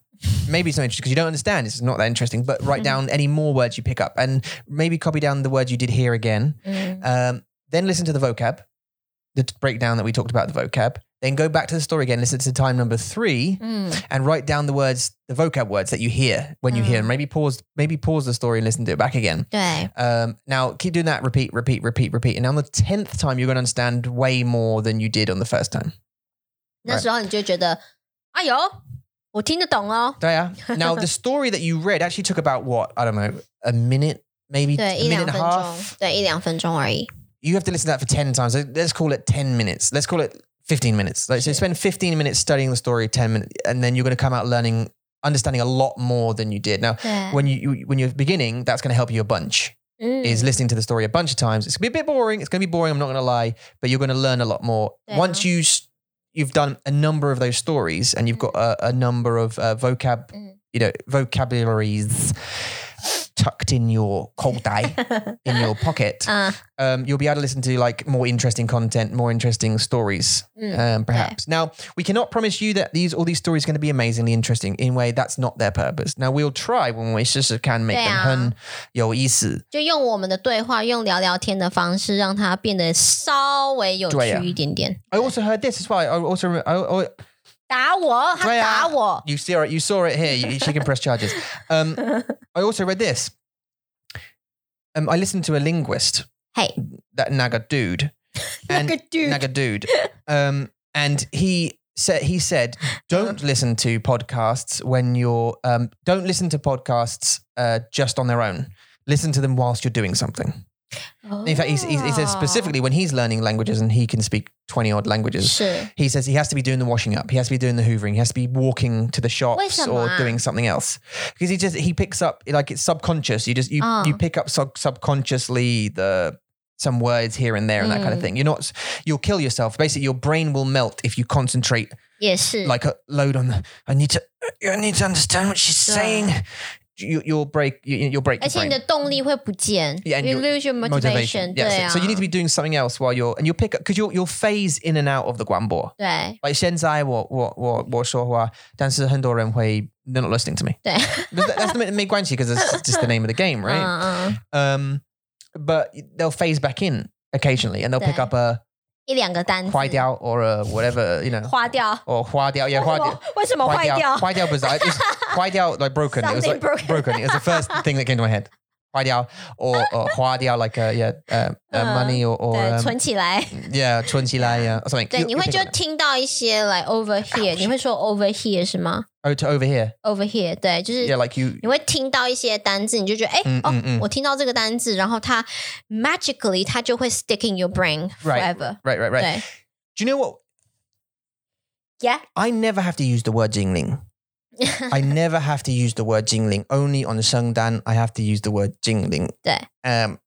S1: Maybe it's not interesting because you don't understand. It's not that interesting. But write down any more words you pick up and maybe copy down the words you did hear again.
S2: 嗯
S1: Um, then listen to the vocab, the t- breakdown that we talked about, the vocab. Then go back to the story again, listen to time number three,
S2: 嗯
S1: and write down the words, the vocab words that you hear when you hear them. Maybe pause, maybe pause the story and listen to it back again.
S2: 对
S1: Um, now keep doing that, repeat, repeat, repeat, repeat. And on the tenth time, you're going to understand way more than you did on the first time.
S2: 那时候你就觉得，哎呦，我听得懂哦。
S1: Yeah. Now the story that you read actually took about what I don't know, a minute, maybe a
S2: 对，一
S1: minute
S2: 两
S1: and
S2: 分
S1: a
S2: 钟
S1: half.，
S2: 对，一两分钟而已。
S1: you have to listen to that for 10 times. So Let's call it 10 minutes. Let's call it 15 minutes. Like, so spend 15 minutes studying the story, 10 minutes, and then you're going to come out learning, understanding a lot more than you did. Now,
S2: 对，
S1: when you, you when you're beginning, that's going to help you a bunch.
S2: 嗯，
S1: Is listening to the story a bunch of times. It's going to be a bit boring. It's going to be boring. I'm not going to lie, but you're going to learn a lot more
S2: Yeah.
S1: once you s- you've done a number of those stories and you've got a, a number of uh, vocab,
S2: Mm.
S1: you know, vocabularies tucked in your kodai in your pocket
S2: 嗯
S1: um, you'll be able to listen to like more interesting content, more interesting stories,
S2: 嗯，
S1: um, perhaps. Now, we cannot promise you that these all these stories are going to be amazingly interesting. In a way, that's not their purpose. Now, we'll try when we just can make
S2: Yeah.
S1: them 很有意思.
S2: 就用我们的对话，用聊聊天的方式，让它变得稍微有
S1: 对呀啊
S2: 趣一点点。
S1: I also heard this as well. I also I, I,
S2: 打我，他
S1: 对啊呀
S2: 打我，
S1: you see it, you saw it here. You, she can press charges. Um, I also read this. Um, I listened to a linguist,
S2: 嘿，
S1: that Naga dude,
S2: 那
S1: and
S2: 个 dude，
S1: Naga dude. Um, and he said he said, don't listen to podcasts when you're um, don't listen to podcasts uh, just on their own. Listen to them whilst you're doing something. In fact, he, he, he
S2: Ah.
S1: says specifically when he's learning languages and he can speak twenty odd languages.
S2: 哦是
S1: He says he has to be doing the washing up. He has to be doing the hoovering. He has to be walking to the shops
S2: Wait,
S1: or
S2: Samara.
S1: doing something else because he just he picks up like it's subconscious. You just you
S2: Oh.
S1: you pick up sub- subconsciously the some words here and there and that kind of
S2: Mm.
S1: thing. You're not you'll kill yourself. Basically, your brain will melt if you concentrate
S2: 也是
S1: like a load on the. I need to I need to understand what she's
S2: Yeah.
S1: saying. You, you'll break you, you'll break.
S2: 而
S1: your
S2: 且
S1: brain.
S2: 你的动力会不见
S1: Yeah, and
S2: you
S1: your
S2: lose your motivation，
S1: Yeah,
S2: 对啊，
S1: so, so you need to be doing something else while you're and you'll pick up because you'll you'll phase in and out of the guanbo.
S2: 对
S1: Like 现在我我我我说话，但是很多人会 they're not listening to me.
S2: 对，
S1: But that- That's the 没关系 because it's just the name of the game, right?
S2: 嗯嗯，
S1: Um, but they'll phase back in occasionally and they'll pick
S2: 对。
S1: up a
S2: 一两个单词
S1: huaidiao or a whatever you know
S2: 花掉，
S1: or huaidiao yeah
S2: 为什
S1: huaidiao
S2: 么为什么坏掉？
S1: huaidiao was like it's- huaidiao like broken it was like
S2: Something
S1: broken.
S2: broken.
S1: it was the first thing that came to my head huaidiao or, or huaidiao like uh, yeah uh, uh,
S2: Uh,
S1: money or, or
S2: 对，
S1: um,
S2: 存起来。
S1: yeah 存起来 yeah uh, or something
S2: 对，
S1: You-
S2: 你
S1: you
S2: 会
S1: pick
S2: 就
S1: up
S2: 听到一些来 over here，你会说 over here 是吗
S1: that. oh to over here
S2: ？over here，对，就是
S1: yeah like you Mm, Oh.
S2: 你会听到一些单字，你就觉得哎、
S1: 嗯嗯嗯
S2: 哦，我听到这个单字，然后它 magically 它就会 stick in your brain
S1: Right.
S2: forever。
S1: right right right
S2: 对
S1: Do you know what?
S2: Yeah.
S1: I never have to use the word jingling. I never have to use the word jingling. Only on Shengdan, I have to use the word jingling.
S2: Yeah. Ah.
S1: Um,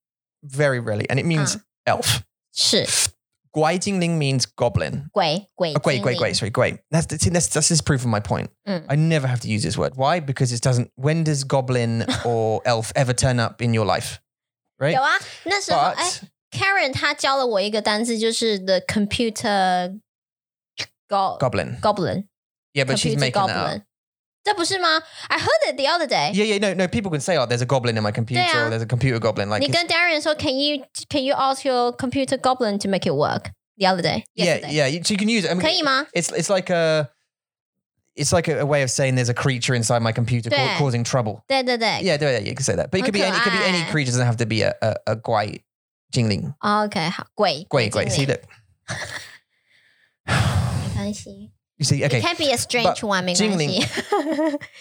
S1: very rarely. And it means elf.
S2: 是
S1: Guai Jingling means goblin.
S2: 鬼鬼
S1: Oh, great,
S2: 精
S1: great,
S2: 灵
S1: great. Sorry, great. That's see, that's that's just proof of my point.
S2: Mm.
S1: I never have to use this word. Why? Because it doesn't. When does goblin or elf ever turn up in your life? Right.
S2: 有啊，那时候哎
S1: But
S2: ，Karen 她教了我一个单词，就是 the computer go
S1: goblin.
S2: goblin
S1: Yeah, but she's
S2: computer
S1: making that up.
S2: goblin，这 eh? 不是吗？I heard it the other day。
S1: Yeah, yeah. No, no. People can say, "Oh, there's a goblin in my computer,"
S2: Yeah.
S1: or "There's a computer goblin." Like,
S2: 你
S1: it's-
S2: 跟 Darren 说，Can you can you ask your computer goblin to make it work the other day?
S1: yeah,
S2: yesterday.
S1: yeah. you- So you can use it. I mean,
S2: 可以吗？
S1: It's it's like a it's like a, a way of saying there's a creature inside my computer ca-
S2: Yeah.
S1: causing trouble.
S2: 对对对
S1: Yeah, yeah, yeah, you can say that. But it could be any, it could be any
S2: 很可爱。
S1: creature. It doesn't have to be a a, a guai jingling.
S2: 哦，OK，好，鬼
S1: Guai guai. See
S2: 精灵
S1: look.
S2: 没关系
S1: You see.
S2: ，It
S1: Okay.
S2: can be a strange one，没关
S1: 精灵
S2: 系。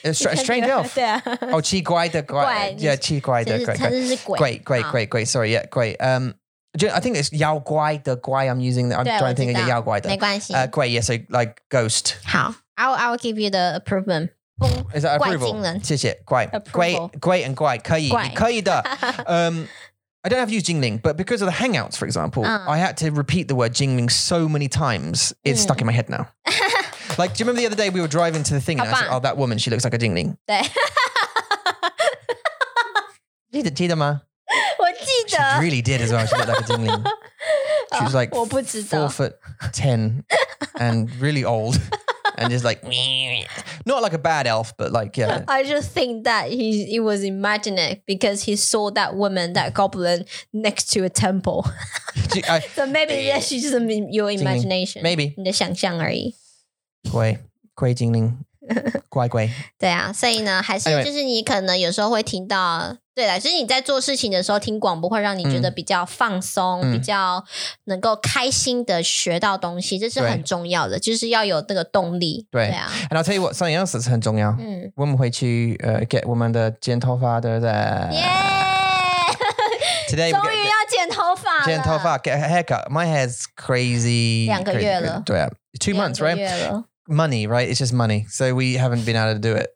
S1: A, str- a
S2: It can be
S1: strange
S2: a-
S1: elf.
S2: 对啊，
S1: Oh, chi guai the guai.
S2: 怪，
S1: Yeah, chi guai
S2: 这
S1: the
S2: 是
S1: guai.
S2: 它
S1: guai.
S2: 就是鬼
S1: Great, great,
S2: 好
S1: great, great. Sorry, yeah, great. Um, do you- I think it's yao guai the guai. I'm using. I'm
S2: 对，
S1: trying to think of
S2: 我知道。
S1: yao guai the.
S2: 没关系。
S1: Uh, guai, yeah. So like ghost.
S2: 好，I will I will give you the approval。
S1: Is that
S2: 怪
S1: approval?
S2: 精人
S1: 谢谢, guai.
S2: Approval.
S1: Guai- guai and guai, 可以,
S2: 怪。
S1: 你可以的。um, I don't have to use Jingling, but because of the Hangouts, for example,
S2: Ah.
S1: I had to repeat the word Jingling so many times, it's stuck in my head now. like, do you remember the other day we were driving to the thing and I said,
S2: Kapan?
S1: oh, that woman, she looks like a Jingling.
S2: 对，
S1: Did did ma?
S2: 我记
S1: She
S2: 得，
S1: really did as well. She looked like a Jingling. She was like
S2: 我不知
S1: four
S2: 道。
S1: foot ten and really old and just like, not like a bad elf, but like, yeah.
S2: I just think that he he was imagining because he saw that woman, that goblin next to a temple.
S1: I-
S2: So maybe that's just your imagination，
S1: maybe.
S2: 你的想象而已。
S1: Guai, Guai Jingling, Guai Guai.
S2: 对啊，所以呢，还是
S1: Anyway
S2: 就是你可能有时候会听到，对啦，就是你在做事情的时候听广播，会让你觉得比较放松，
S1: 嗯
S2: 比较能够开心的学到东西，这是
S1: 对
S2: 很重要的，就是要有那个动力。
S1: 对
S2: 啊，
S1: And I'll tell you what, something else that's 很重要。
S2: 嗯，
S1: uh, 我们回去呃、uh,，get 我们的剪头发，对不对？
S2: 耶、
S1: Today
S2: 终
S1: we
S2: 于
S1: get,
S2: 要剪头发了，
S1: get 剪头发 get a haircut. My hair's crazy.
S2: 两个月
S1: crazy,
S2: 了。
S1: crazy. 对啊。Two
S2: 两
S1: months,
S2: 个
S1: right?
S2: 月了
S1: Money, right? It's just money. So we haven't been able to do it.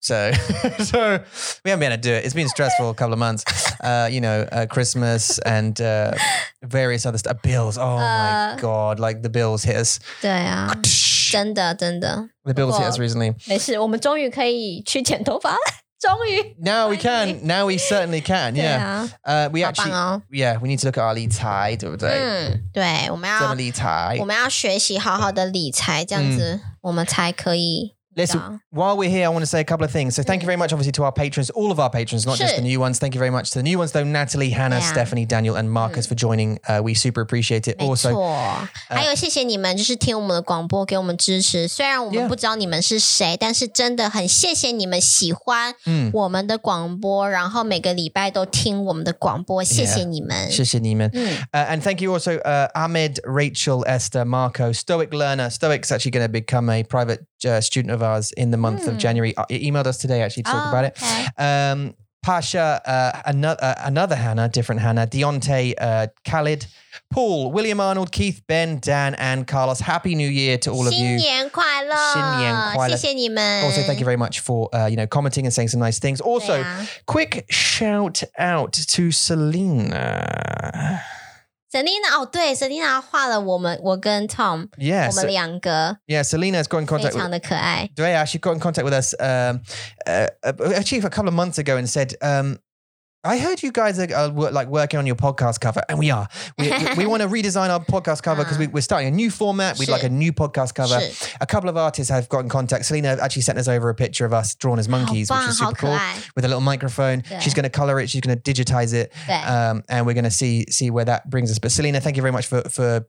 S1: So, so we haven't been able to do it. It's been stressful a couple of months. Uh, you know, uh, Christmas and uh, various other stuff. Bills. Oh my
S2: Uh,
S1: god! Like the bills hit us.
S2: 对啊，
S1: mm.
S2: 真的真的
S1: The bills hit us
S2: God.
S1: recently.
S2: 没事，我们终于可以去剪头发了， 终于。
S1: Now we
S2: Finally.
S1: can. Now we certainly can.
S2: 对
S1: Yeah.
S2: 啊，
S1: Uh, we
S2: 好棒
S1: actually.
S2: 哦！
S1: yeah, we need to look at our 理财，对不对？
S2: 嗯，对，我们要我
S1: 怎么理财？
S2: 们要学习好好的理财，这样
S1: 嗯
S2: 子我们才可以。
S1: Listen,
S2: 道
S1: while we're here, I want to say a couple of things. So, thank you very much, obviously, to our patrons, all of our patrons, not just
S2: Sure.
S1: the new ones. Thank you very much to the new ones, though Natalie, Hannah,
S2: Yeah. Hmm.
S1: Stephanie, Daniel, and Marcus for joining. Uh, we super appreciate it.
S2: 没
S1: Also,
S2: 错，还
S1: 呃
S2: 有谢谢你们，就是听我们的广播，给我们支持。虽然我
S1: Yeah
S2: 们不知道你们是谁，但是真的很谢谢你们喜欢
S1: 嗯
S2: 我们的广播，然后每个礼拜都听我们的广播，谢谢你们。
S1: 谢谢你们。
S2: 嗯，
S1: Uh, and thank you also, uh, Ahmed, Rachel, Esther, Marco, Stoic Learner. Stoic's actually going to become a private uh, student of ours in the month of
S2: Mm.
S1: January. Uh, he emailed us today actually to talk
S2: Oh,
S1: about it.
S2: okay.
S1: Um, Pasha, uh, another, uh, another Hannah, different Hannah, Deontay, uh, Khalid, Paul, William Arnold, Keith, Ben, Dan, and Carlos. Happy New Year to all of
S2: 新
S1: you.
S2: 年快乐，
S1: 新年快乐
S2: 谢谢你们。
S1: Also, thank you Oh, very much for uh, you know commenting and saying some nice things. Also,
S2: 对啊
S1: quick shout out to Selena.
S2: Selina 哦，对，Selina 画了我们，我跟 Tom，
S1: Yeah,
S2: 我
S1: so,
S2: 们两个
S1: yeah. Selena's got in
S2: 非
S1: contact with
S2: 常的可爱。
S1: Drea actually got in contact with us um, uh, uh, actually a couple of months ago and said, um, I heard you guys are, are wor- like working on your podcast cover, and we are. We, we, we want to redesign our podcast cover because we, we're starting a new format. We'd like a
S2: Ah. Shit.
S1: new podcast cover.
S2: Shit.
S1: A couple of artists have got in contact. Selena actually sent us over a picture of us drawn as monkeys,
S2: 好
S1: which
S2: 棒，
S1: is
S2: 好
S1: super
S2: 可
S1: cool,
S2: 爱。
S1: with a little microphone.
S2: Yeah.
S1: She's going to color it. She's going to digitize it,
S2: 对，
S1: um, and we're going to see see where that brings us. But Selena, thank you very much for for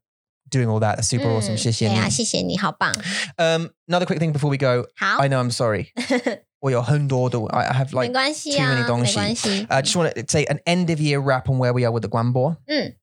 S1: doing all that. That's super
S2: 嗯
S1: awesome. 谢谢
S2: 对啊，
S1: 你。
S2: 谢谢你，好棒。
S1: Um, another quick thing before we go,
S2: 好
S1: I，know I'm sorry. 我有很多的- I I have
S2: 没
S1: like
S2: 关系
S1: too
S2: 啊
S1: many，东
S2: 没
S1: 西
S2: 关系。
S1: I just want to say an end of year wrap on where we are with the Guanbo.
S2: Mm.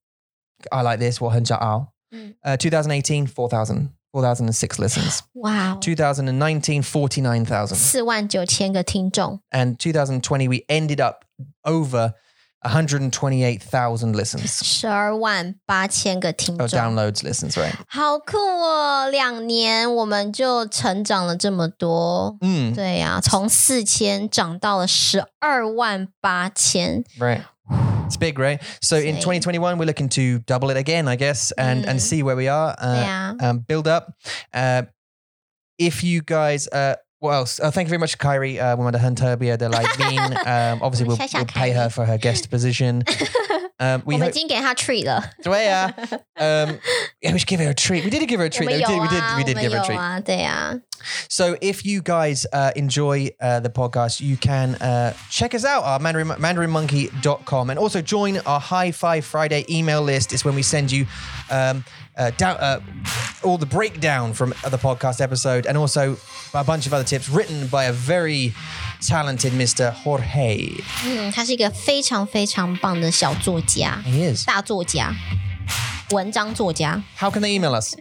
S1: I like this. 我很骄傲.
S2: Mm.
S1: Uh, 2018, 4,000. 4,006 listens.
S2: 哇哦，
S1: 2019, 49,000.
S2: 四万九千个听众，
S1: And 2020, we ended up over 128,000 listens.
S2: 十二万八千个听
S1: Oh,
S2: 众，
S1: downloads listens, right?
S2: 好酷哦！两年我们就成长了这么多。
S1: Mm,
S2: 对呀、从四千涨到了十二万八千，
S1: right. It's big, right? So in 2021, we're looking to double it again, I guess, and and see where we are. Uh,
S2: Mm. yeah.
S1: um, build up. Uh, if you guys, uh, what else? Uh, thank you very much, Kyrie. Uh, 我们的很特别的来宾，um, obviously we'll,
S2: 我们谢谢
S1: we'll pay her for her guest position. Um,
S2: 我
S1: we
S2: 们
S1: hope,
S2: 已经给他 treat 了，
S1: 对啊, um, yeah, we should give her a treat. We did give her a
S2: 我
S1: treat.
S2: 们
S1: though.
S2: 有
S1: We did,
S2: 啊，
S1: we did, we did
S2: 我
S1: give her a
S2: 们
S1: treat.
S2: 有啊，对啊，
S1: So if you guys uh, enjoy uh, the podcast, you can uh, check us out, our Mandarin, mandarinmonkey.com, and also join our High Five Friday email list. It's when we send you um, uh, down, uh, all the breakdown from the podcast episode and also a bunch of other tips written by a very talented Mr. Jorge.
S2: 嗯，他是一个非常非常棒的小作家，
S1: He is.
S2: 大作家，文章作家。
S1: How can they email us?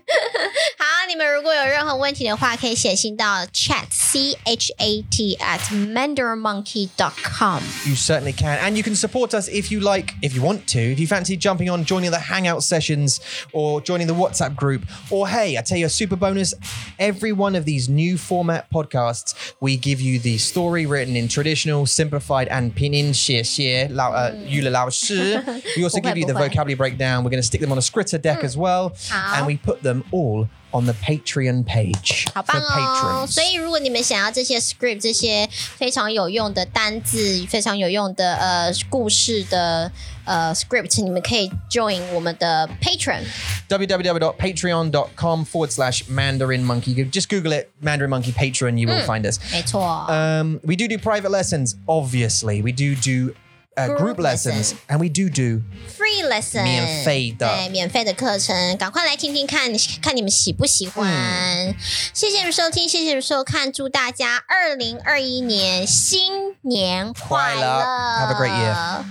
S2: 好，你们如果有任何问题的话，可以写信到 chat c h a t at mandarinmonkey dot com。
S1: You certainly can. And you can support us if you like, if you want to, if you fancy jumping on, joining the Hangout sessions or joining the WhatsApp group. Or hey, I tell you a super bonus every one of these new format podcasts, we give you the story written in traditional, simplified, and pinyin xie xie lao uh, yule lao shi. We also give you the
S2: 不会，不会。
S1: vocabulary breakdown. We're going to stick them on a scritter deck as well. And we put them all on the Patreon page
S2: 好
S1: for
S2: 棒哦！
S1: patrons.
S2: 所以如果你们想要这些 script 这些非常有用的单字、非常有用的呃故事的呃 script，你们可以 join 我们的 patron。
S1: www.patreon.com forward slash Mandarin Monkey. Just Google it, Mandarin Monkey Patreon, you will find us.
S2: 没错，
S1: Um, we do do private lessons, obviously. We do do uh, group,
S2: Group
S1: lessons,
S2: lesson.
S1: and we do do
S2: free lesson，
S1: 免费的
S2: 对，免费的课程，赶快来听听看，看你们喜不喜欢。
S1: 嗯
S2: 谢谢你们收听，谢谢你们收看，祝大家二零二一年新年快
S1: 快
S2: 乐
S1: 乐，Have a great year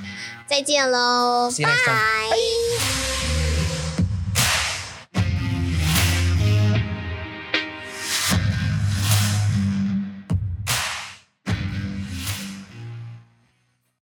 S2: 再见喽，
S1: See you next time.
S2: 拜。